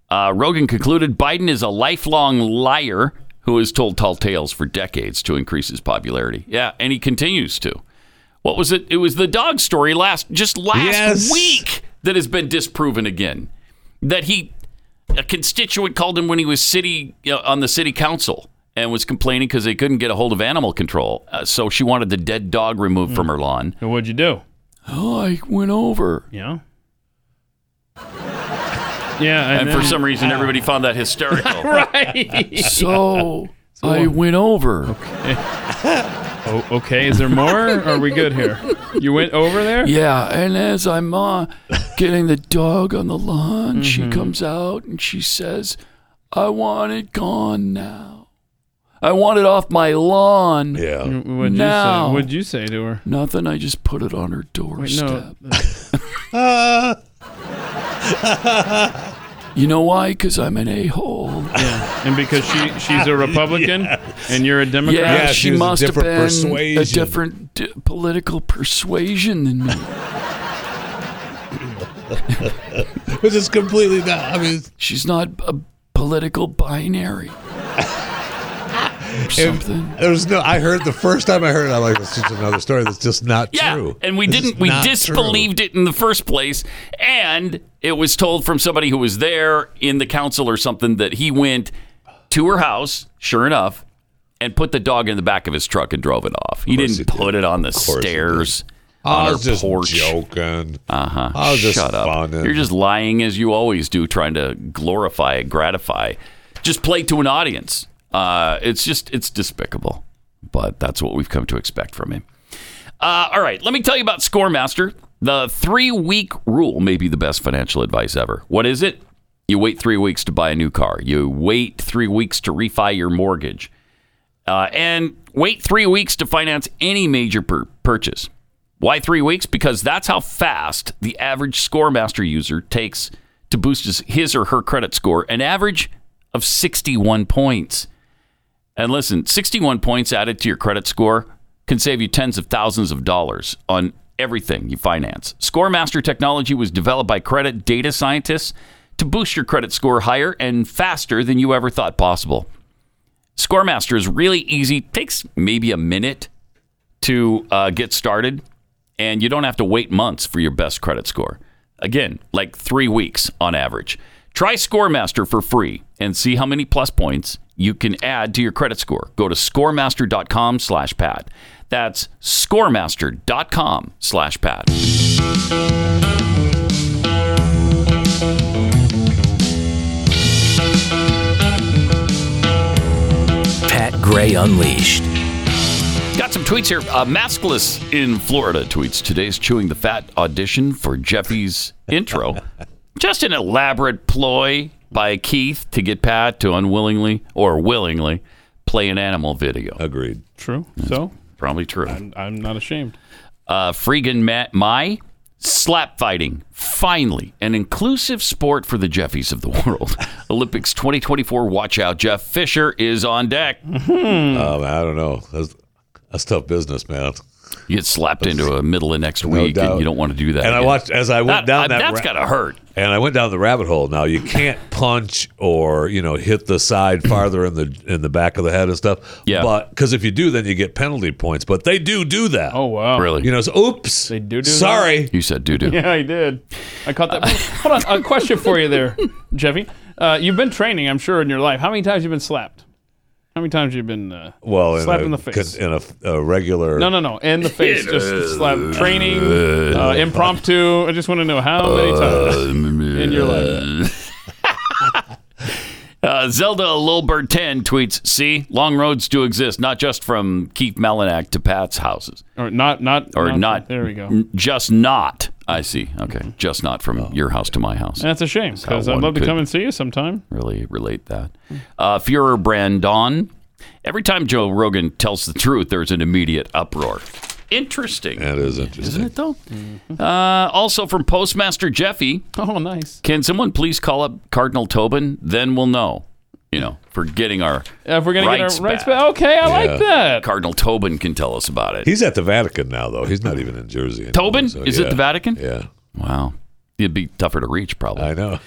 B: Uh, Rogan concluded Biden is a lifelong liar who has told tall tales for decades to increase his popularity. Yeah, and he continues to. What was it? It was the dog story last just last
N: Yes.
B: week that has been disproven again. That he a constituent called him when he was city you know, on the city council and was complaining because they couldn't get a hold of animal control, uh, so she wanted the dead dog removed from her lawn.
D: And what'd you do?
B: Oh, I went over.
D: Yeah. Yeah,
B: and, for some reason, everybody found that hysterical.
D: right.
B: So, I went over.
D: Oh, okay. Is there more? or are we good here? You went over there?
M: Yeah, and as I'm uh, getting the dog on the lawn, she
B: Mhm.
M: comes out and she says, I want it gone now. I want it off my lawn.
N: Yeah.
D: What'd you
M: now.
D: say? What'd you say to her?
M: Nothing. I just put it on her doorstep. you know why? Because I'm an a hole.
D: Yeah. And because she she's a Republican and you're a Democrat.
M: Yeah, she, must have been a different d- political persuasion than me.
N: Which is completely not. I mean,
M: she's not a political binary. Something.
N: There's no. I heard the first time I heard it, I'm like, this is another story that's just not true.
B: And we
N: This
B: didn't,
N: is
B: we
N: not true.
B: disbelieved it in the first place. And it was told from somebody who was there in the council or something that he went to her house, sure enough, and put the dog in the back of his truck and drove it off. He didn't put it on the stairs.
N: I
B: On
N: was
B: her
N: just
B: porch.
N: joking.
B: Uh huh.
N: I was just
B: Shut up.
N: funning.
B: You're just lying as you always do, trying to glorify and gratify. Just play to an audience. Uh, it's just it's despicable, but that's what we've come to expect from him. Uh, all right, let me tell you about Scoremaster. The three week rule may be the best financial advice ever. What is it? You wait three weeks to buy a new car. You wait three weeks to refi your mortgage. Uh, and wait three weeks to finance any major pur- purchase. Why three weeks? Because that's how fast the average Scoremaster user takes to boost his, his or her credit score, an average of 61 points. And listen, 61 points added to your credit score can save you tens of thousands of dollars on everything you finance. Scoremaster technology was developed by credit data scientists to boost your credit score higher and faster than you ever thought possible. Scoremaster is really easy, takes maybe a minute to uh, get started, and you don't have to wait months for your best credit score. Again, like three weeks on average. Try Scoremaster for free and see how many plus points you can add to your credit score. Go to scoremaster.com slash Pat. That's scoremaster.com slash Pat.
L: Pat Gray Unleashed.
B: Got some tweets here. Uh, Maskless in Florida tweets today's Chewing the Fat audition for Jeffy's intro. Just an elaborate ploy by Keith to get Pat to unwillingly or willingly play an animal video.
N: Agreed.
D: True. So
B: Probably true.
D: I'm, I'm not ashamed.
B: Uh, Freegan Ma- My slap fighting. Finally, an inclusive sport for the Jeffies of the world. Olympics 2024. Watch out. Jeff Fisher is on deck.
N: Um, I don't know. That's, that's tough business, man.
B: You get slapped into a middle of next week, and
N: doubt.
B: you don't want to do that.
N: and I
B: again.
N: watched as I
B: That-
N: went down
B: uh,
N: that.
B: that's gotta hurt.
N: And I went down the rabbit hole. Now you can't punch or you know hit the side farther in the in the back of the head and stuff. Yeah. But because if you do, then you get penalty points. But they do do that. Oh
D: wow.
N: Really? You know, it's oops. They
D: do do that?
N: Sorry.
B: You said doo doo.
D: Yeah, I did. I caught that. Hold on, a question for you there, Jeffy. Uh, you've been training, I'm sure, in your life. How many times have you been slapped? How many times have you been uh,
N: Well,
D: slapped
N: in, a,
D: in the face?
N: con- In a, a regular.
D: No, no, no. In the face,
N: Yeah.
D: just slap. Training, uh, impromptu. I just want to know how many times in your life.
B: Uh, Zelda Lilbert 10 tweets, see, long roads do exist, not just from Keith Malinak to Pat's houses.
D: Or not, not,
B: Or not.
D: There we go. Mm-hmm.
B: n- Just not. I see. Okay. Just not from your house to my house.
D: Oh. That's a shame
B: how
D: because I'd
B: one
D: love to
B: could-
D: come and see you sometime.
B: really relate that. Uh, Fuhrer Brandon. Every time Joe Rogan tells the truth, there's an immediate uproar. Interesting.
N: That is interesting.
B: Isn't it, though? Uh, also from Postmaster Jeffy.
D: Oh, nice.
B: Can someone please call up Cardinal Tobin? Then we'll know, you know, for getting our
D: Uh, If we're gonna
B: rights
D: get our rights back, okay, I like that.
B: Cardinal Tobin can tell us about it.
N: He's at the Vatican now, though. He's not even in Jersey. anymore,
B: Tobin?
N: so,
B: Is
N: yeah.
B: it the Vatican?
N: Yeah.
B: Wow. It'd be tougher to reach, probably. I
N: know.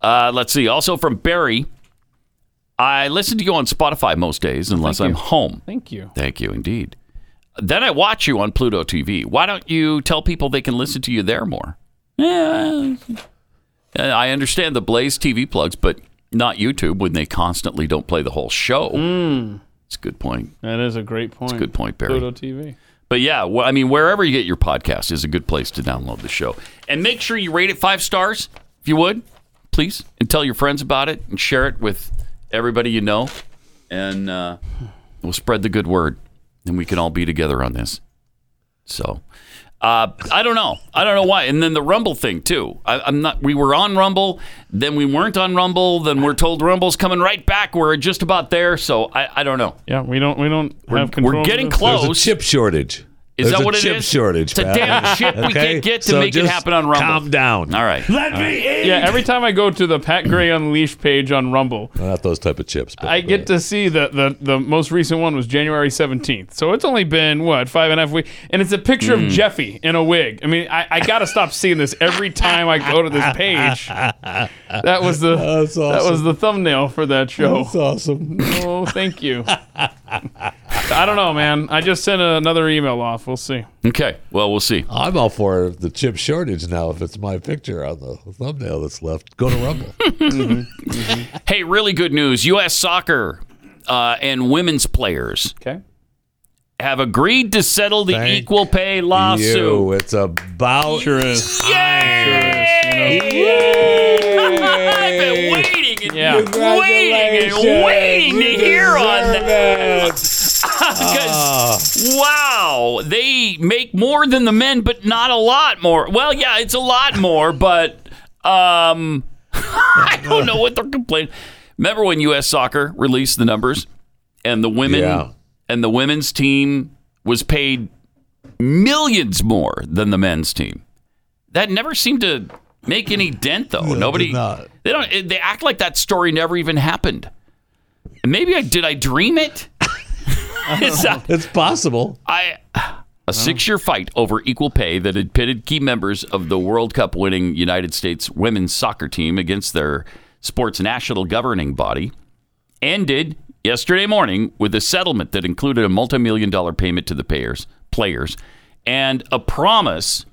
B: Uh, let's see. Also from Barry, I listen to you on Spotify most days unless I'm home.
D: Thank you.
B: Thank you, indeed. Then I watch you on Pluto TV. Why don't you tell people they can listen to you there more? Yeah. Uh, I understand the Blaze TV plugs, but not YouTube when they constantly don't play the whole show. It's a good point.
D: That is a great point.
B: good point, Barry.
D: Pluto TV.
B: But yeah, well, I mean, wherever you get your podcast is a good place to download the show. And make sure you rate it five stars, if you would, please, and tell your friends about it and share it with everybody you know. And uh, we'll spread the good word, and we can all be together on this. So. Uh, I don't know. I don't know why. And then the Rumble thing too. I, I'm not. We were on Rumble, then we weren't on Rumble, then we're told Rumble's coming right back. We're just about there. So I, I don't know.
D: Yeah, we don't we don't
B: We're-
D: have control.
B: we're
D: over
B: getting
D: this.
B: close.
N: There's a chip shortage.
B: Is
N: There's
B: that
N: a
B: what it
N: chip
B: is?
N: shortage.
B: It's a
N: Pat.
B: damn chip we can't get to
N: So
B: make it
N: just
B: happen on Rumble.
N: Calm down.
B: All right.
N: Let
D: All right. Yeah, every time I go to the Pat Gray Unleashed page on Rumble,
N: Not those type of chips. But
D: I get to see the, the the most recent one was January 17th. So it's only been what five and a half weeks, and it's a picture
B: Hmm.
N: Mm.
D: of Jeffy in a wig. I mean, I, I gotta stop seeing this every time I go to this page. That was the
N: That's
D: that was
N: awesome.
D: the thumbnail for that show.
N: That's awesome.
D: Oh, thank you. I don't know, man. I just sent another email off. We'll see.
B: Okay. Well, we'll see.
N: I'm all for the chip shortage now. If it's my picture on the thumbnail that's left, go to Rumble.
B: Hey, really good news. U.S. soccer uh, and women's players
D: okay.
B: have agreed to settle the
N: Thank
B: equal pay lawsuit.
N: You, it's about sure is.
B: I've been waiting and
D: Yeah.
B: waiting and waiting to hear on that. Because, wow, they make more than the men, but not a lot more. Well, yeah, it's a lot more, but um, I don't know what they're complaining. Remember when U.S. Soccer released the numbers, and the women
N: Yeah.
B: and the women's team was paid millions more than the men's team. That never seemed to make any dent, though. Nobody, they don't. They act like that story never even happened. Maybe I did. I dream it. Is that-
N: It's possible.
B: I a six-year fight over equal pay that had pitted key members of the World Cup-winning United States women's soccer team against their sports national governing body ended yesterday morning with a settlement that included a multi-million dollar payment to the payers, players and a promise,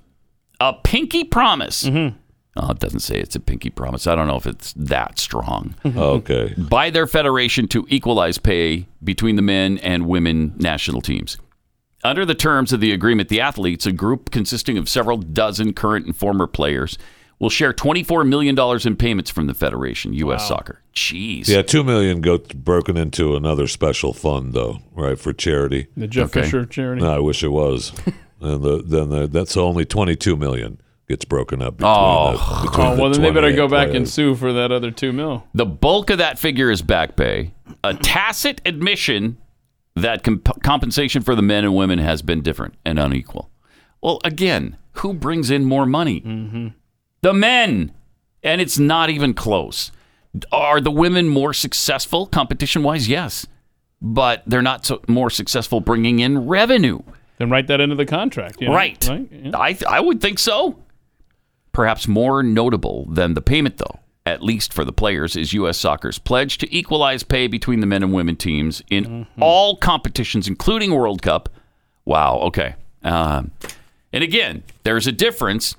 B: a pinky promise. Oh, it doesn't say it's a pinky promise. I don't know if it's that strong.
N: Okay.
B: By their federation to equalize pay between the men and women national teams. Under the terms of the agreement, the athletes, a group consisting of several dozen current and former players, will share $24 million in payments from the Federation, U.S. Soccer. Jeez.
N: Yeah, two million go broken into another special fund though, right for charity.
D: The Jeff Okay. Fisher charity.
N: No, I wish it was. and the, then the, that's only twenty two million gets broken up. Between
B: Oh.
N: the, between
D: Oh
N: the
D: well, then they better
N: 28
D: go back
B: uh,
D: and
N: players.
D: sue for that other two mil.
B: The bulk of that figure is back pay, a tacit admission that comp- compensation for the men and women has been different and unequal. Well, again, who brings in more money? The men. And it's not even close. Are the women more successful competition wise? Yes. But they're not so more successful bringing in revenue.
D: Then write that into the contract. you know?
B: Right. I, th- I would think so. Perhaps more notable than the payment, though, at least for the players, is U.S. soccer's pledge to equalize pay between the men and women teams in all competitions, including World Cup. Wow. Okay. Um, and again, there's a difference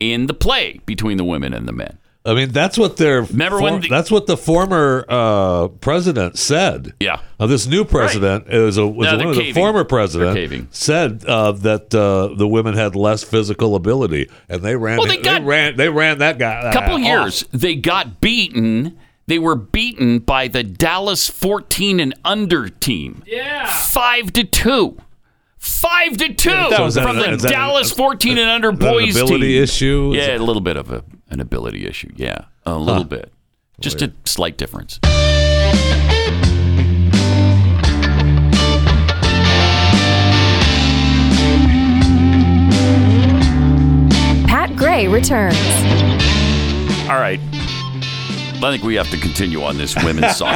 B: in the play between the women and the men.
N: I mean, that's what they're.
B: Remember when the-
N: that's what the former uh, president said.
B: Yeah.
N: Now, this new president is a was
B: No,
N: a
B: they're
N: woman. The
B: caving.
N: former
B: They're caving.
N: president said uh, that uh, the women had less physical ability, and they ran.
B: Well, they got-
N: ran. They ran that guy. uh,
B: A couple
N: off.
B: years, they got beaten. They were beaten by the Dallas 14 and under team. Yeah. Five to two. Five to two
N: Yeah, so is that
B: from
N: an- is
B: the
N: that an-
B: Dallas 14 and under
N: is that an
B: boys
N: ability
B: team.
N: issue? Is
B: Yeah,
N: it-
B: a little bit of a, an ability issue. Yeah, a little bit. Just a slight difference.
Q: Pat Gray returns.
B: All right. I think we have to continue on this women's soccer.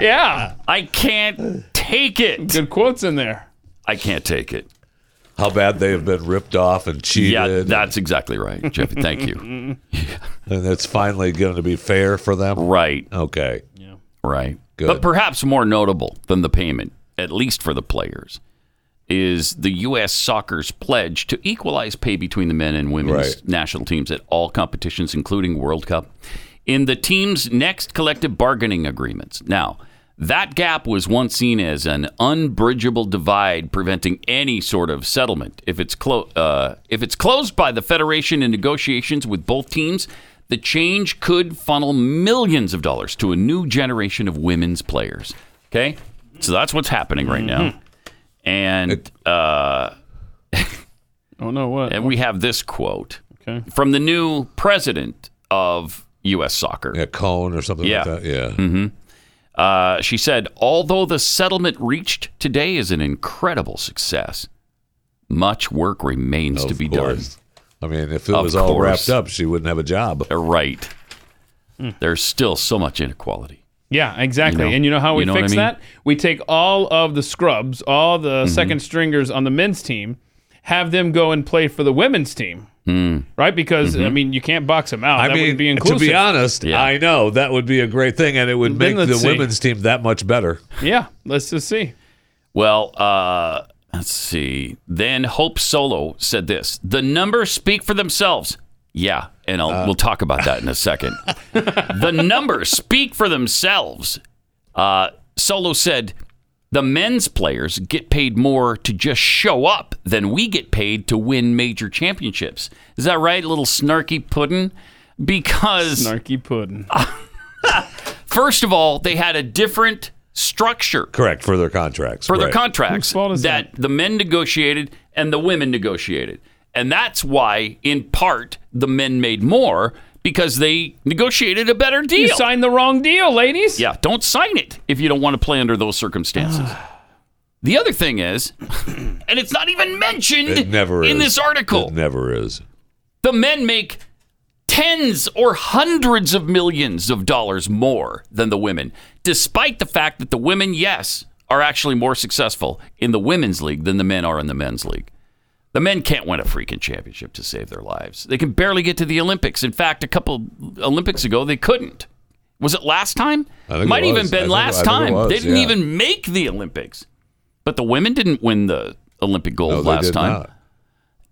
D: Yeah.
B: I can't take it.
D: Good quotes in there.
B: I can't take it.
N: How bad they have been ripped off and cheated.
B: Yeah, that's exactly right, Jeffy. Thank you.
N: and it's finally going to be fair for them.
B: Right.
N: Okay.
B: Right.
N: Oh, Good.
B: But perhaps more notable than the payment, at least for the players, is the U.S. soccer's pledge to equalize pay between the men and women's
N: Right.
B: national teams at all competitions, including World Cup, in the team's next collective bargaining agreements. Now, that gap was once seen as an unbridgeable divide preventing any sort of settlement. If it's, clo- uh, if it's closed by the Federation in negotiations with both teams, the change could funnel millions of dollars to a new generation of women's players. Okay? So that's what's happening right now. And uh,
D: Oh no, what?
B: and we have this quote
D: Okay.
B: from the new president of U.S. Soccer.
N: Yeah, Cohn or something
B: yeah.
N: like that. Yeah.
B: hmm Uh, she said, although the settlement reached today is an incredible success, much work remains to be
N: course. done. I mean, if it
B: Of
N: was all
B: course.
N: wrapped up, she wouldn't have a job.
B: Right.
N: Hmm.
B: There's still so much inequality.
D: Yeah, exactly.
B: You know-
D: and you know how we
B: you know what
D: fix
B: I mean? Mm-hmm.
D: that? We take all of the scrubs, all the second stringers on the men's team, have them go and play for the women's team,
B: Hmm.
D: right? Because
B: Mm-hmm.
D: I mean, you can't box them out.
N: I
D: that
N: mean,
D: wouldn't be
N: to
D: inclusive.
N: be honest, I know that would be a great thing, and it would
D: Then
N: make the
D: let's see.
N: women's team that much better.
D: yeah, let's just see.
B: Well, uh, let's see. Then Hope Solo said this The numbers speak for themselves. Yeah, and I'll, we'll talk about that in a second. the numbers speak for themselves. Uh, Solo said the men's players get paid more to just show up than we get paid to win major championships. Is that right, little snarky puddin? Because
D: snarky puddin.
B: first of all, they had a different structure
N: Correct for their contracts.
B: for their
N: right.
B: contracts that the men negotiated and the women negotiated. And that's why, in part, the men made more because they negotiated a better deal.
D: You signed the wrong deal, ladies.
B: yeah, don't sign it if you don't want to play under those circumstances. the other thing is, and it's not even mentioned
N: It never
B: in
N: is.
B: this article,
N: It never is.
B: the men make tens or hundreds of millions of dollars more than the women, despite the fact that the women, yes, are actually more successful in the women's league than the men are in the men's league. The men can't win a freaking championship to save their lives. They can barely get to the Olympics. In fact, a couple Olympics ago, they couldn't. Was it last time?
N: I think it
B: Might even
N: was. I
B: been
N: think- I
B: last
N: think it
B: time.
N: was,
B: they didn't
N: yeah.
B: even make the Olympics. But the women didn't win the Olympic gold
N: No, they
B: last
N: did
B: time.
N: not.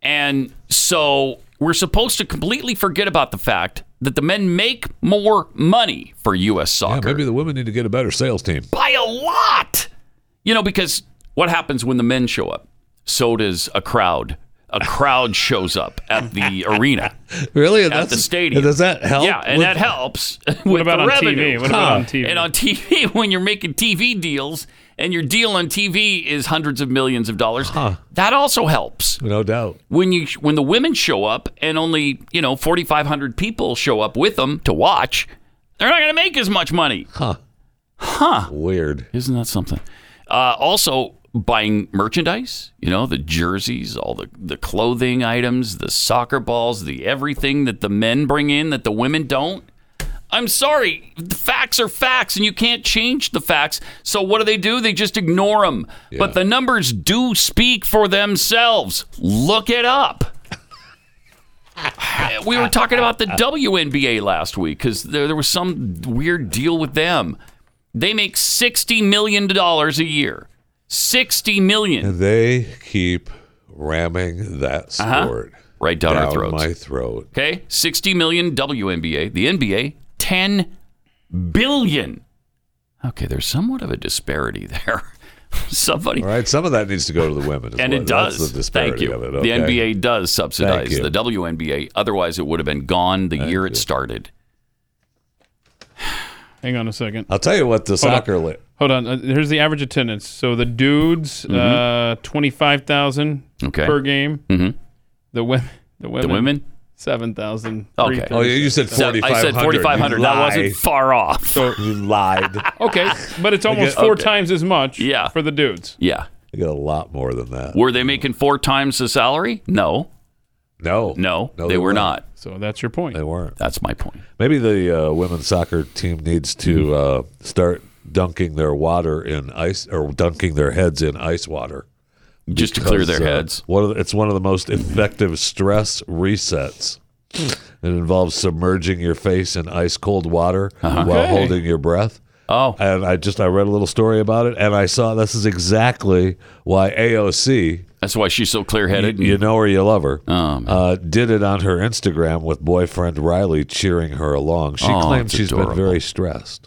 B: And so we're supposed to completely forget about the fact that the men make more money for U.S.
N: Yeah,
B: soccer
N: maybe the women need to get a better sales team.
B: by a lot. You know, because what happens when the men show up? So does a crowd. A crowd shows up at the arena.
N: Really?
B: At
N: That's-
B: the stadium.
N: does that help
B: Yeah, and
N: with-
B: that helps. with
D: about
B: the
D: on TV?
B: revenue.
D: What about on Huh. TV?
B: And on TV, when you're making TV deals and your deal on TV is hundreds of millions of dollars, that also helps
N: No doubt.
B: when you when the women show up and only you know 4500 people show up with them to watch they're not going to make as much money
N: huh
B: huh
N: weird
B: isn't that something uh, also buying merchandise you know the jerseys all the, the clothing items the soccer balls the everything that the men bring in that the women don't I'm sorry. The facts are facts, and you can't change the facts. So what do they do? They just ignore them. But the numbers do speak for themselves. Look it up. we were talking about the WNBA last week because there, there was some weird deal with them. They make sixty million dollars a year. Sixty million.
N: They keep ramming that
B: Uh-huh.
N: sport
B: right down, our throats.
N: my throat.
B: Okay, sixty million WNBA. The NBA, ten billion. Okay, there's somewhat of a disparity there. Somebody.
N: All right, some of that needs to go to the women. is
B: And
N: what-
B: it does.
N: That's the disparity
B: Thank you.
N: of it.
B: The
N: okay.
B: NBA does
N: Thank
B: subsidize
N: you.
B: the WNBA. Otherwise, it would have been gone the year it started.
D: Hang on a second.
N: I'll tell you what the
D: Hold on.
N: soccer lit.
D: Hold on. Uh, here's the average attendance. So the dudes,
B: Mm-hmm.
D: uh, twenty five thousand
N: Okay.
D: per game.
B: Mhm.
D: The women. The women.
B: women?
D: Seven thousand.
B: Okay. Oh, you said
N: So- I said 4,500.
B: 4,500. That wasn't far off.
N: you lied.
D: Okay, but it's almost
B: Okay.
D: four times as much.
B: Yeah.
D: For the dudes.
B: Yeah.
N: They get a lot more than that.
B: Were they making four times the salary? No.
N: No.
B: No,
N: No,
B: they,
N: they
B: were
N: weren't.
B: not.
D: So that's your point.
N: They weren't.
B: That's my point.
N: Maybe the uh, women's soccer team needs to uh,
B: Mm-hmm.
N: start dunking their water in ice or dunking their heads in ice water.
B: Just to clear their
N: Because, uh,
B: heads.
N: one of the- it's one of the most effective stress resets. It involves submerging your face in ice cold water while
B: Uh-huh. Okay.
N: holding your breath.
B: Oh.
N: And I just I read a little story about it and I saw this is exactly why AOC
B: That's why she's so clear headed.
N: you, you know her, you love her. uh, did it on her Instagram with boyfriend Riley cheering her along. She
B: Oh,
N: claims
B: that's
N: she's
B: adorable.
N: been very stressed.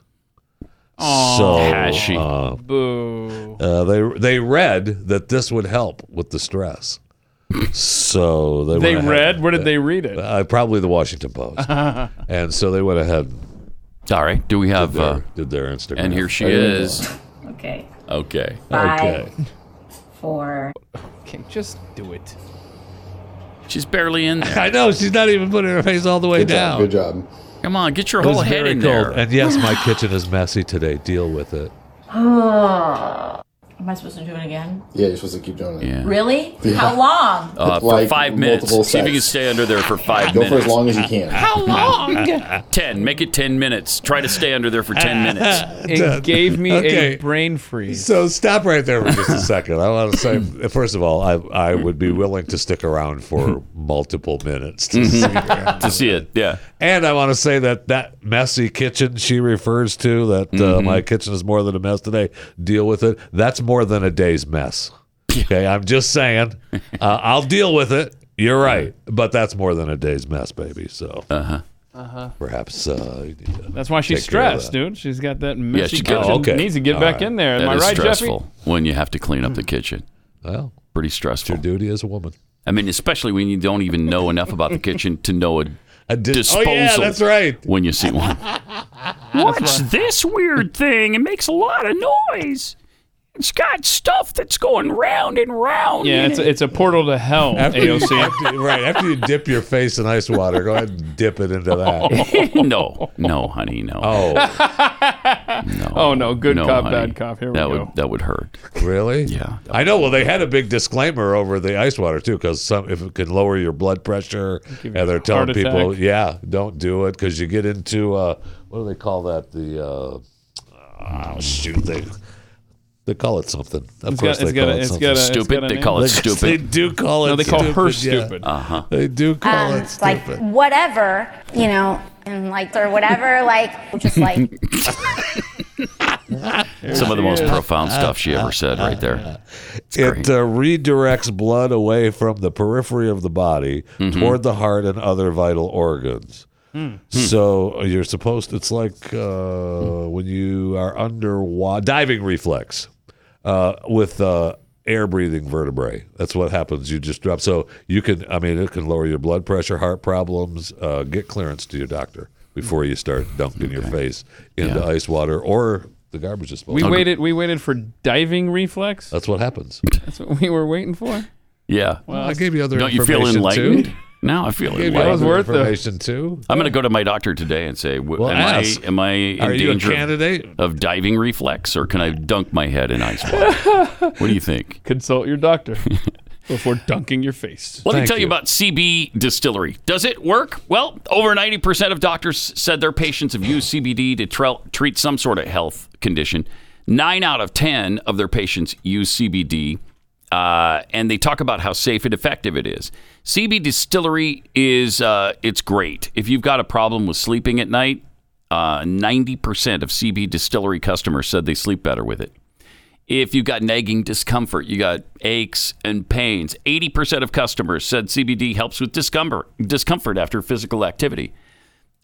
D: Aw.
N: so
B: Has she?
N: uh,
D: Boo.
N: uh, they they read that this would help with the stress. So they
D: They
N: went ahead-
D: read? Where did they read it?
N: Uh, probably the Washington Post. and so they went ahead.
B: All right. Do we have?
N: Did their,
B: uh,
N: did their Instagram?
B: and here she
N: There you go.
B: is.
S: Okay.
B: Okay.
S: Bye.
N: Okay.
S: Four.
D: Okay, just do it.
B: She's barely in there.
N: I know she's not even putting her face all the way
B: Good job,
N: down.
B: good
N: job.
B: Come on, get your whole head in there.
N: And yes, my kitchen is messy today. Deal with it.
S: Oh. Am I supposed to do it again?
P: Yeah, you're supposed to keep doing it.
S: Really?
P: Yeah.
S: How long?
B: Uh, for
P: Like
B: five minutes.
P: multiple
B: See if you can
P: sets.
B: stay under there for five
P: Go for as
B: minutes.
P: long as you can.
S: How long?
B: ten. Make it ten minutes. Try to stay under there for ten minutes.
D: It gave me
N: Okay.
D: a brain freeze.
N: So stop right there for just a second. I want to say, first of all, I I would be willing to stick around for multiple minutes to see
B: Mhm. to see it. Yeah.
N: And I want to say that that messy kitchen she refers to, that uh, my kitchen is more than a mess today, deal with it. That's more than a day's mess. Okay, I'm just saying, uh, I'll deal with it. You're right, but that's more than a day's mess, baby. So uh-huh.
D: Uh-huh.
N: perhaps uh, you need to
D: That's why she's
N: take care of
D: stressed,
N: that.
D: dude. She's got that
B: Yeah,
D: messy
B: she
D: kitchen.
B: got-
D: Needs to get
B: All
D: back in there. Am
B: That
D: I
B: is
D: right,
B: stressful
D: Jeffy?
B: when you have to clean
N: Hmm.
B: up the kitchen.
N: Well,
B: pretty stressful.
N: your duty as a woman.
B: I mean, especially when you don't even know enough about the kitchen to know a,
N: Oh,
B: disposal.
N: yeah, that's right.
B: When you see one,
M: What's this weird thing? It makes a lot of noise. It's got stuff that's going round and round.
D: Yeah,
M: in
D: it's
M: it.
D: a, it's a portal to hell,
N: After you-
D: AOC.
N: after- right after you dip your face in ice water, go ahead and dip it into that.
B: no, no, honey, no.
N: Oh,
D: Oh, no. Good
B: No,
D: cop,
B: honey.
D: bad cop. Here we
B: that
D: go.
B: would that would hurt.
N: really?
B: Yeah.
N: I know. Well, they had a big disclaimer over the ice water too, because some if it can lower your blood pressure, and they're telling
D: heart
N: people,
D: attack.
N: yeah, don't do it because you get into uh, what do they call that? The uh, oh, shoot, they they call it something. Of
D: It's
N: course,
D: got- it's
N: they
D: got
N: call
D: a-
N: it
D: it's
N: something.
D: got a- it's
B: Stupid.
D: got a
B: They
D: name.
B: call it
N: They- They
B: stupid.
N: do call it.
D: No, they call her
N: yeah. Uh-huh.
D: stupid.
B: Uh huh.
N: They do call
I: Uh,
T: Um,
N: it
T: it's like
N: Oh, stupid.
T: whatever, you know, and like or whatever, like just like
B: Some of the
D: she
B: most
D: is.
B: profound
N: Ah,
B: stuff she ever said, right there.
N: It uh, redirects blood away from the periphery of the body
B: Mm-hmm.
N: toward the heart and other vital organs. So uh, you're supposed. It's like uh, when you are underwater diving reflex uh, with uh, air breathing vertebrae. That's what happens. You just drop. So you can. I mean, it can lower your blood pressure, heart problems. Uh, get clearance to your doctor before you start dunking your face into
B: Yeah.
N: ice water or the garbage disposal.
D: We waited. We waited for diving reflex.
N: That's what happens.
D: That's what we were waiting for.
B: Yeah.
N: Well, I gave you other.
B: Don't you feel
N: information,
B: enlightened?
N: Too.
B: Now I feel
N: I gave you
D: That was
B: enlightened.
N: other
D: worth the-
N: information too.
B: I'm going to go to my doctor today and say, w
N: Well,
B: am,
N: ask.
B: I, am I in
N: Are you a
B: danger of-
N: candidate?
B: of diving reflex or can I dunk my head in ice water? what do you think?
D: Consult your doctor. before dunking your face. Uh,
B: Let me tell you. about CB Distillery. Does it work? Well, over 90% of doctors said their patients have used CBD to trel- treat some sort of health condition. Nine out of 10 of their patients use CBD, uh, and they talk about how safe and effective it is. CB Distillery is uh, it's great. If you've got a problem with sleeping at night, uh, ninety percent of CB Distillery customers said they sleep better with it. If you've got nagging discomfort, you got aches and pains. 80% of customers said CBD helps with discomfort, discomfort after physical activity.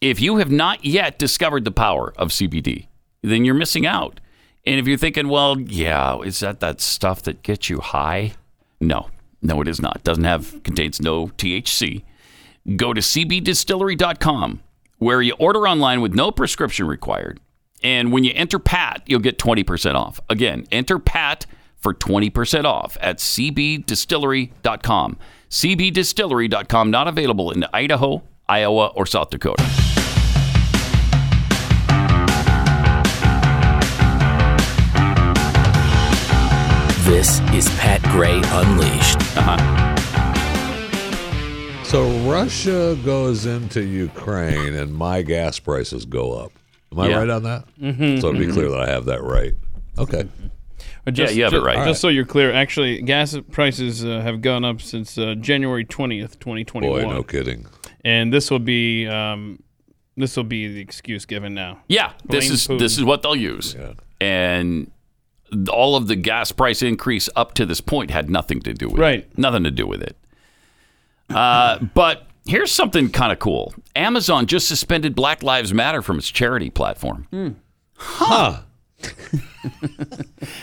B: If you have not yet discovered the power of CBD, then you're missing out. And if you're thinking, well, yeah, is that that stuff that gets you high? No, no, it is not. Doesn't have contains no THC. Go to cbdistillery.com where you order online with no prescription required. And when you enter Pat, you'll get 20% off. Again, enter Pat for 20% off at cbdistillery.com. cbdistillery.com not available in Idaho, Iowa, or South Dakota.
L: This is Pat Gray Unleashed.
B: Uh-huh.
N: So Russia goes into Ukraine, and my gas prices go up. Am I
D: Yeah.
N: right on that?
D: Mhm.
N: So to be
D: Mhm.
N: clear that I have that right. Okay.
D: But just, ju- Just, so you're clear, actually, gas prices uh, have gone up since uh, January 20th, 2021.
N: Boy, no kidding.
D: And this will be um, this will be the excuse given now.
B: Yeah, this
D: Blame
B: is
D: Putin.
B: this is what they'll use. And all of the gas price increase up to this point had nothing to do with it.
D: Right.
B: Nothing to do with it. Uh, but here's something kind of cool. Amazon just suspended Black Lives Matter from its charity platform.
D: Hmm.
B: Huh.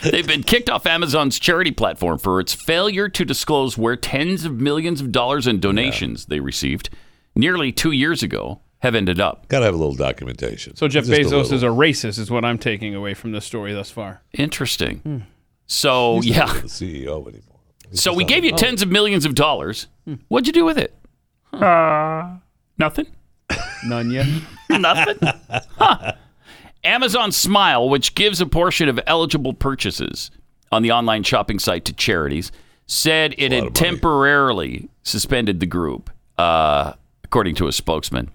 B: They've been kicked off Amazon's charity platform for its failure to disclose where tens of millions of dollars in donations they received nearly two years ago have ended up.
N: Got to have a little documentation.
D: So Jeff Bezos is a racist, is what I'm taking away from this story thus far.
B: Interesting. So yeah,
N: the CEO anymore.
B: So we gave you tens of millions of dollars. What'd you do with it? Uh, nothing.
D: None yet.
B: nothing. Huh. Amazon Smile, which gives a portion of eligible purchases on the online shopping site to charities, said it had temporarily suspended the group, uh, according to a spokesman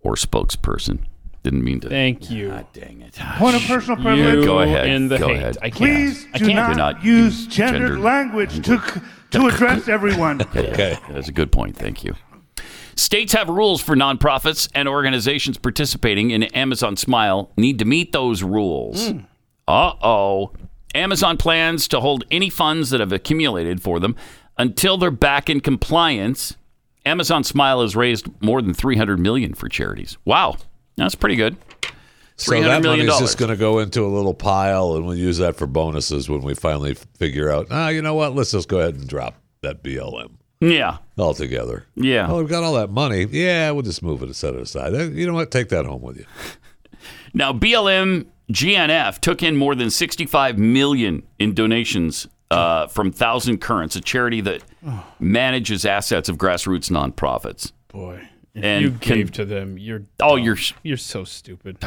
B: or spokesperson. Didn't mean to.
D: Thank you.
B: Ah, dang it. Ah,
U: Point of personal privilege.
B: You go ahead.
D: and the
B: go
D: hate.
B: ahead.
D: I can't.
U: Please
B: I
U: do
B: can't.
U: not,
B: Do not
U: use
B: use
U: gendered,
B: gendered
U: language to c- to address everyone.
B: Okay. That's a good point. Thank you. States have rules for nonprofits and organizations participating in Amazon Smile need to meet those rules. Uh oh. Amazon plans to hold any funds that have accumulated for them until they're back in compliance. Amazon Smile has raised more than 300 million for charities. Wow. That's pretty good.
N: So that
B: $300
N: money
B: million.
N: is just going to go into a little pile, and we'll use that for bonuses when we finally f- figure out. Ah, you know what? Let's just go ahead and drop that BLM
B: Yeah.
N: altogether.
B: Yeah.
N: Oh, we've got all that money. Yeah, we'll just move it and set it aside. Eh, You know what? Take that home with you.
B: Now, BLM GNF took in more than 65 million in donations uh, from Thousand Currents, a charity that manages assets of grassroots nonprofits.
D: Boy, if
B: And
D: you
B: can- Ah.
D: gave to them, you're
B: Oh, you're
D: you're so stupid.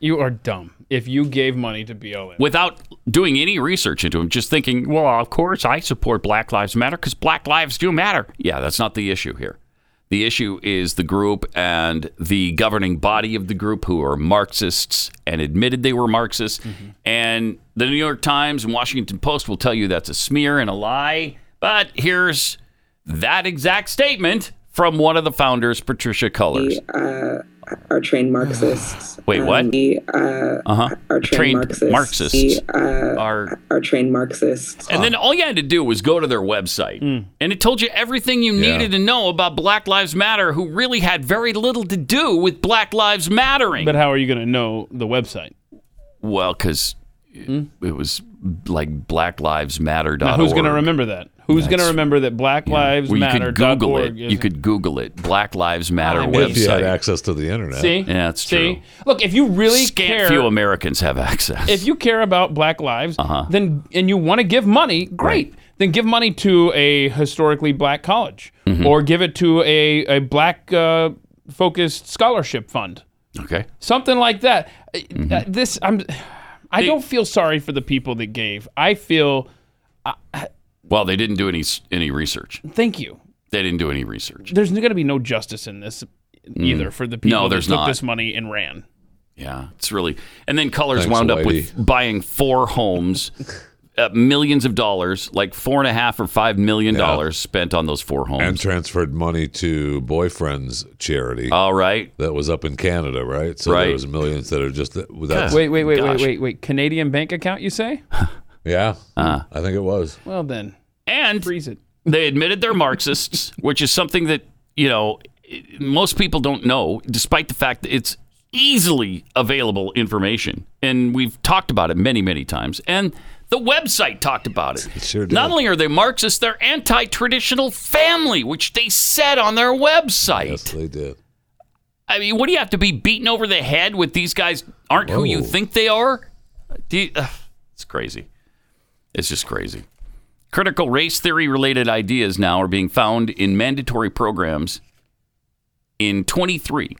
D: You are dumb. If you gave money to BLM,
B: without doing any research into them, just thinking, well, of course I support Black Lives Matter because Black lives do matter. Yeah, that's not the issue here. The issue is the group and the governing body of the group who are Marxists and admitted they were Marxists. And the New York Times and Washington Post will tell you that's a smear and a lie. But here's that exact statement from one of the founders, Patricia Cullors.
V: uh, are trained Marxists.
B: Wait, what?
V: Um, we uh,
B: Uh-huh.
V: are trained, Marxists.
B: Marxists
V: We, uh,
B: are
V: are trained Marxists.
B: And
D: Uh-huh.
B: then all you had to do was go to their website,
D: Hmm.
B: and it told you everything you
V: Yeah.
B: needed to know about Black Lives Matter, who really had very little to do with Black Lives Mattering.
D: but how are you going to know the website?
B: well, because it was like blacklivesmatter.org.
D: Hmm? Now, who's going to remember that? Who's going to
B: That's-
D: remember that Black Lives
B: Well, you
D: Matter?
B: could Google
D: dot
B: it.
D: org
B: You
D: isn't-
B: could Google it. Black Lives Matter
D: I mean-
B: website.
D: If you had
N: access to the internet.
D: See,
B: Yeah, that's
D: See?
B: true.
D: Look, if you really
B: Scant
D: care,
B: few Americans have access.
D: if you care about Black lives,
B: Uh-huh.
D: then and you want to give money, great. Then give money to a historically Black college,
B: Mhm.
D: or give it to a a Black uh, focused scholarship fund,
B: Okay.
D: something like that. Uh,
B: Mm-hmm.
D: uh, This I'm, I don't feel sorry for the people that gave. I feel. I,
B: Well, they didn't do any s- any research.
D: Thank you.
B: They didn't do any research.
D: There's going to be no justice in this either for the
B: Mm. No,
D: people that
B: there's
D: took
B: not.
D: this money and ran.
B: Yeah, it's really. And then Colors
N: Thanks,
B: wound up with buying four homes, uh, millions of dollars, like four and a half or five million dollars spent on those four homes.
N: and transferred money to boyfriend's charity.
B: All right,
N: that was up in Canada, right? So
B: Oh. Right.
N: there was millions that are just that. that's-
D: wait, wait, wait, wait, wait, wait. Canadian bank account, you say?
N: Yeah,
B: Uh.
N: I think it was.
D: Well then,
B: and
D: freeze it.
B: they admitted they're Marxists, which is something that you know most people don't know, despite the fact that it's easily available information, and we've talked about it many, many times, and. The website talked about it.
N: sure
B: Not only are they Marxists, they're anti-traditional family, which they said on their website. Yes,
N: they did.
B: I mean, what do you have to be beaten over the head with these guys aren't who you think they are? Do you, ugh, it's crazy. It's just crazy. Critical race theory related ideas now are being found in mandatory programs in 23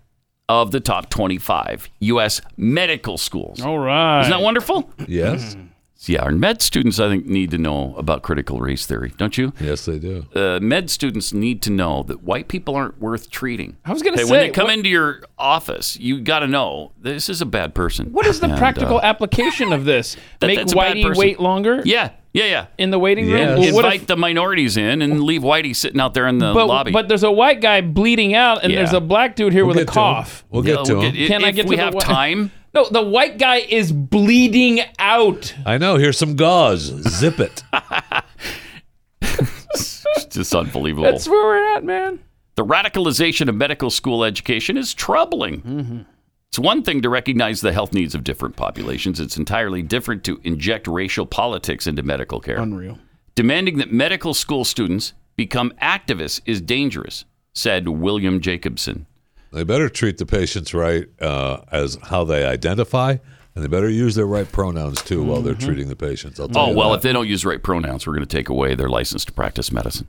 B: of the top 25 U.S. medical schools.
D: All right.
B: Isn't that wonderful?
N: Yes.
B: Hmm. Yeah, our med students, I think, need to know about critical race theory, don't you?
N: Yes, they do.
B: Uh, med students need to know that white people aren't worth treating.
D: I was gonna
B: Okay, when
D: say,
B: they come
D: what-
B: into your office, you got to know this is a bad person.
D: What is the
B: And, uh,
D: practical application of this?
B: that-
D: Make
B: that's a bad
D: Whitey
B: person.
D: wait longer?
B: Yeah, yeah, yeah.
D: In the waiting room?
B: And
D: Well, what
B: invite
D: if-
B: the minorities in and leave Whitey sitting out there in the
D: but,
B: lobby.
D: but there's a white guy bleeding out, and
B: Yeah.
D: there's a black dude here
B: We'll
D: with
B: get
D: a
B: to him.
D: cough.
B: We'll get Yeah, to we'll him. get-
D: Can I
B: if
D: get
B: we
D: to the
B: have
D: whi-
B: time?
D: No, the white guy is bleeding out.
B: Oh.
N: I know. Here's some gauze. Zip it.
B: it's just unbelievable.
D: That's where we're at, man.
B: The radicalization of medical school education is troubling.
D: Mm-hmm.
B: It's one thing to recognize the health needs of different populations, it's entirely different to inject racial politics into medical care.
D: Unreal.
B: Demanding that medical school students become activists is dangerous, said William Jacobson.
N: They better treat the patients right uh, as how they identify, and they better use their right pronouns too while they're treating the patients. I'll tell
B: Mm-hmm. Oh,
N: you
B: well,
N: that.
B: if they don't use right pronouns, we're going to take away their license to practice medicine.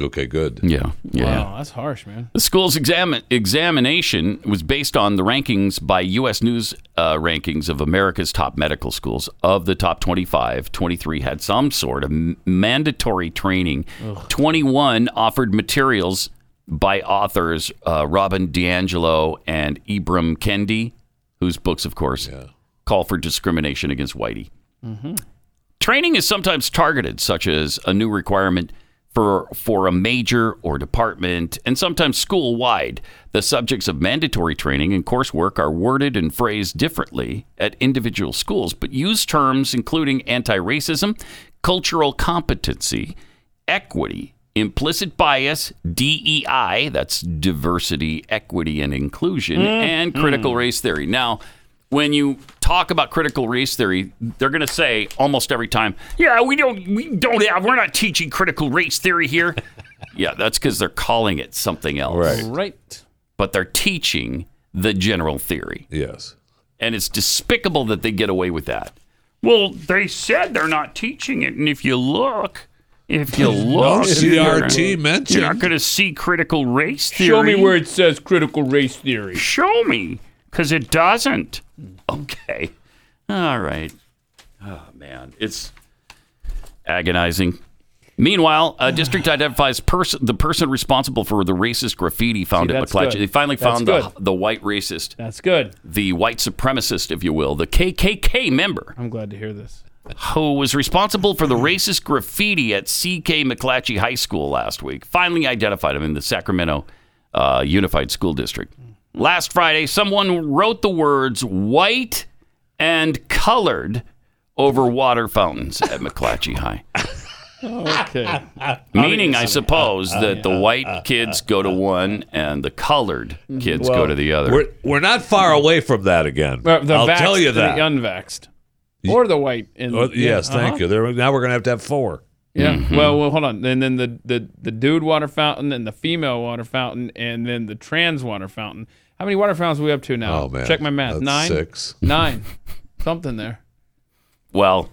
N: Okay, good.
B: Yeah. Yeah.
D: Wow, that's harsh, man.
B: The school's examin examination was based on the rankings by U.S. News uh, rankings of America's top medical schools. Of the top 25, 23 had some sort of m- mandatory training. 21 offered materials by authors uh, Robin DiAngelo and Ibram Kendi, whose books, of course, call for discrimination against whitey. Training is sometimes targeted, such as a new requirement for, for a major or department, and sometimes school wide. The subjects of mandatory training and coursework are worded and phrased differently at individual schools, but use terms including anti racism, cultural competency, equity, implicit bias, DEI that's diversity, equity, and inclusion, and critical race theory. Now, when you talk about critical race theory, they're going to say almost every time, "Yeah, we don't, we don't have, we're not teaching critical race theory here." yeah, that's because they're calling it something else,
D: Right.
B: but they're teaching the general theory.
N: Yes,
B: and it's despicable that they get away with that.
M: Well, they said they're not teaching it, and if you look, if you
B: No
N: Oh,
M: look,
N: CRT
M: you're-
N: mentioned.
M: You're not going to see critical race theory.
D: Show me where it says critical race theory.
M: Show me, because it doesn't.
B: Okay, all right. Oh man, it's agonizing. Meanwhile, a district identifies pers- the person responsible for the racist graffiti found
D: See,
B: at
D: that's
B: McClatchy.
D: good.
B: They finally
D: That's
B: found the,
D: good.
B: the white racist,
D: That's good.
B: the white supremacist, if you will, the KKK member
D: I'm glad to hear this.
B: who was responsible for the racist graffiti at CK McClatchy High School last week. Finally identified him in the Sacramento uh, Unified School District. Last Friday, someone wrote the words white and colored over water fountains at McClatchy High.
D: Okay.
B: Meaning, I suppose, that the white kids go to one and the colored kids go
N: Well,
B: to the other.
N: We're we're not far away from that again.
D: Uh, the
N: I'll
D: vaxxed
N: tell you
D: and
N: that.
D: The unvaxxed. Or the white. And,
N: Oh, yes,
D: yeah,
N: thank
D: uh-huh.
N: you. There, now we're gonna have to have four.
D: Yeah.
N: Mm-hmm.
D: Well, well, hold on. And then the, the, the dude water fountain, and the female water fountain, and then the trans water fountain. How many water fountains are we up to now?
N: Oh, man.
D: Check my math.
N: That's
D: Nine?
N: six.
D: Nine. Something there.
B: Well,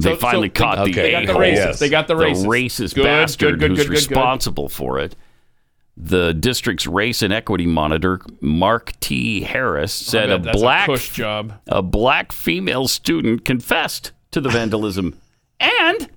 B: they
D: So- so
B: finally
D: they-
B: caught the
D: they got the
B: a-hole.
D: racist. They got the racist.
B: racist
D: Good,
B: bastard
D: good, good,
B: who's
D: good, good, good.
B: responsible for it. The district's race and equity monitor, Mark T. Harris, said
D: bet
B: a
D: that's a
B: black
D: cush job.
B: a black female student confessed to the vandalism and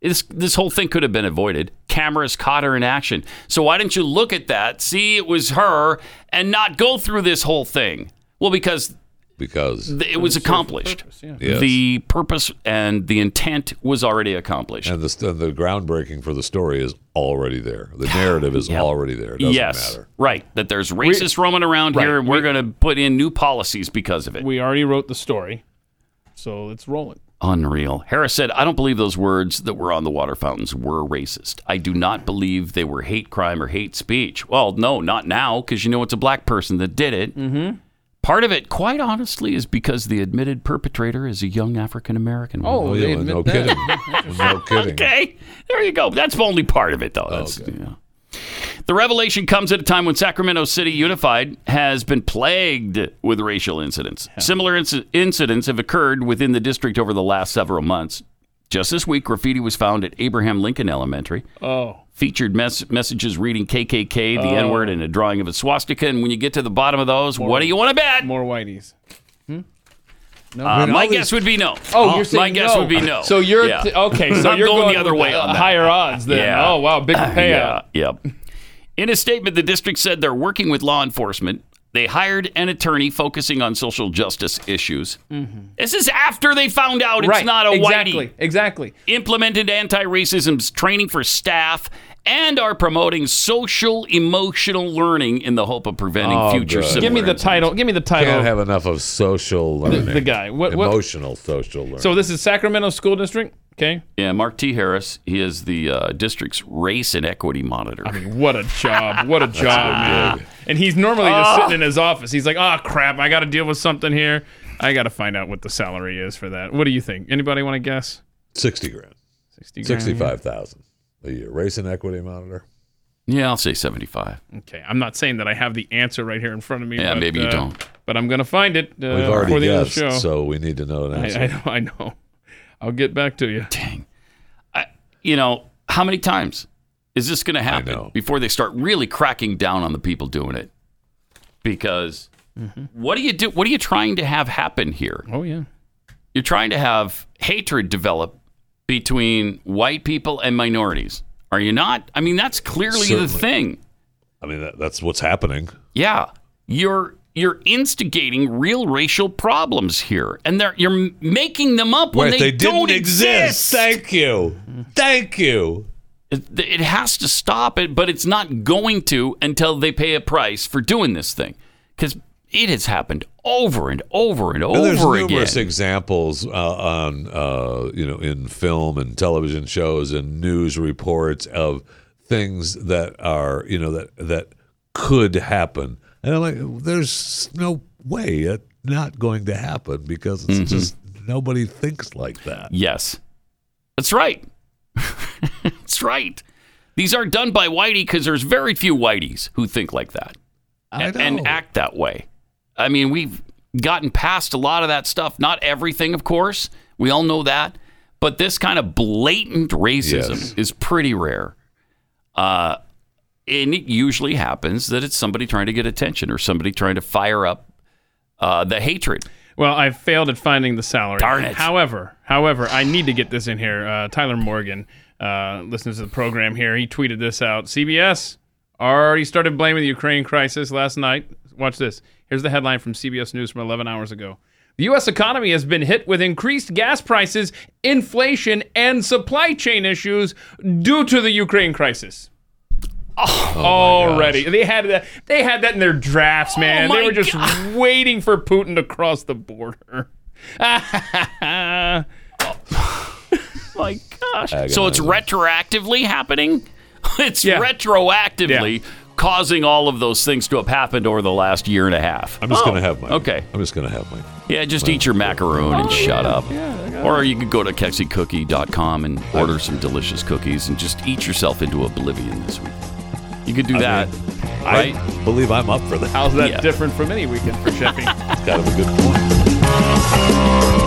B: This this whole thing could have been avoided. Cameras caught her in action. So why didn't you look at that, see it was her, and not go through this whole thing? Well, because
N: because
B: it was accomplished.
N: Yes.
B: The purpose and the intent was already accomplished.
N: And the, and the groundbreaking for the story is already there. The narrative is already there. It doesn't
B: yes,
N: matter.
B: right. That there's racists roaming around
D: Right.
B: here, and we're going to put in new policies because of it.
D: We already wrote the story, so let's roll it.
B: Unreal. Harris said, I don't believe those words that were on the water fountains were racist. I do not believe they were hate crime or hate speech. Well, no, not now, because you know it's a black person that did it. Mm-hmm. Part of it, quite honestly, is because the admitted perpetrator is a young African American.
D: Oh, Oh, yeah, they admit no that.
N: kidding. no kidding.
B: Okay, there you go. That's only part of it, though. That's, yeah. The revelation comes at a time when Sacramento City Unified has been plagued with racial incidents. Similar inci- incidents have occurred within the district over the last several months. Just this week, graffiti was found at Abraham Lincoln Elementary.
D: Oh.
B: Featured mes- messages reading KKK, the
D: Oh.
B: N word, and a drawing of a swastika. And when you get to the bottom of those, what do you want to bet?
D: More Oh, whiteys. No.
B: Uh, my guess would be no.
D: Oh, you're
B: my
D: saying
B: guess
D: no.
B: would be no.
D: So you're
B: Yeah.
D: t- okay. So
B: I'm
D: you're uh,
B: going, the
D: with
B: other way on that.
D: higher odds then.
B: Yeah.
D: Oh wow, big payout.
B: Yeah, yep. In a statement, the district said they're working with law enforcement. They hired an attorney focusing on social justice issues. This is after they found out
D: Right,
B: it's not a
D: exactly,
B: whitey.
D: Exactly.
B: Implemented anti-racism training for staff and are promoting social emotional learning in the hope of preventing
N: Oh,
B: future
N: good.
B: similar
D: Give me the
B: incidents.
D: title. Give me the
N: Can't
D: title.
N: have enough of social learning.
D: the guy. What- what-
N: Emotional social learning.
D: So this is Sacramento School District. Okay.
B: Yeah, Mark T. Harris. He is the uh, district's race and equity monitor.
D: What a job. What a job, man. And he's normally
B: Oh.
D: just sitting in his office. He's like, oh, crap, I got to deal with something here. I got to find out what the salary is for that. What do you think? Anybody want to guess?
N: 60 grand.
D: 60 grand.
N: 65,000 a year. Race and equity monitor.
B: Yeah, I'll say seventy-five.
D: Okay. I'm not saying that I have the answer right here in front of me.
B: Yeah,
D: but,
B: maybe you
D: uh,
B: don't.
D: But I'm going to find it uh,
N: We've already
D: before the
N: guessed,
D: end of the show.
N: so we need to know an answer.
D: I, I know. I know. I'll get back to you.
B: Dang. you know, how many times is this going to happen before they start really cracking down on the people doing it? Because what do you do? What are you trying to have happen here?
D: Oh yeah,
B: you're trying to have hatred develop between white people and minorities. Are you not? I mean, that's clearly the
N: Certainly.
B: thing.
N: I mean, that, that's what's happening.
B: Yeah, you're you're instigating real racial problems here, and they're you're m- making them up when
N: Wait,
B: they,
N: they didn't
B: don't
N: exist. Thank you, thank you.
B: It, it has to stop it, but it's not going to until they pay a price for doing this thing, because it has happened over and over and
N: And there's
B: over again.
N: numerous examples uh, on uh, you know in film and television shows and news reports of things that are you know that that could happen, and I'm like, there's no way it's not going to happen because
B: Mm-hmm.
N: it's just nobody thinks like that.
B: Yes. That's right. That's right. These aren't done by whitey because there's very few whiteys who think like that
N: I
B: and, and
N: know.
B: act that way. I mean, we've gotten past a lot of that stuff. Not everything, of course. We all know that. But this kind of blatant racism
N: Yes.
B: is pretty rare. Uh, and it usually happens that it's somebody trying to get attention or somebody trying to fire up uh, the hatred.
D: Well, I failed at finding the salary.
B: Darn it.
D: However, however, I need to get this in here. Uh, Tyler Morgan uh, listens to the program here. He tweeted this out. CBS already started blaming the Ukraine crisis last night. Watch this. Here's the headline from CBS News from 11 hours ago. The U.S. economy has been hit with increased gas prices, inflation, and supply chain issues due to the Ukraine crisis.
B: Oh,
D: Oh, already, they had that. They had that in their drafts, man.
B: Oh, my
D: they were just waiting for Putin to cross the border.
B: My gosh. So it's
D: Agonizing.
B: retroactively happening? It's retroactively causing all of those things to have happened over the last year and a half.
N: I'm just
B: Oh,
N: gonna have my
B: Okay.
N: I'm just gonna have my
B: Yeah, just eat your macaroon
N: Oh,
B: and shut up. or you could go to kexicookie.com and order some delicious cookies and just eat yourself into oblivion this week. You could do
N: I
B: that, right?
N: I believe I'm up for that.
D: How's that
B: Yeah.
D: different from any weekend for Sheffy?
N: Kind of a good point.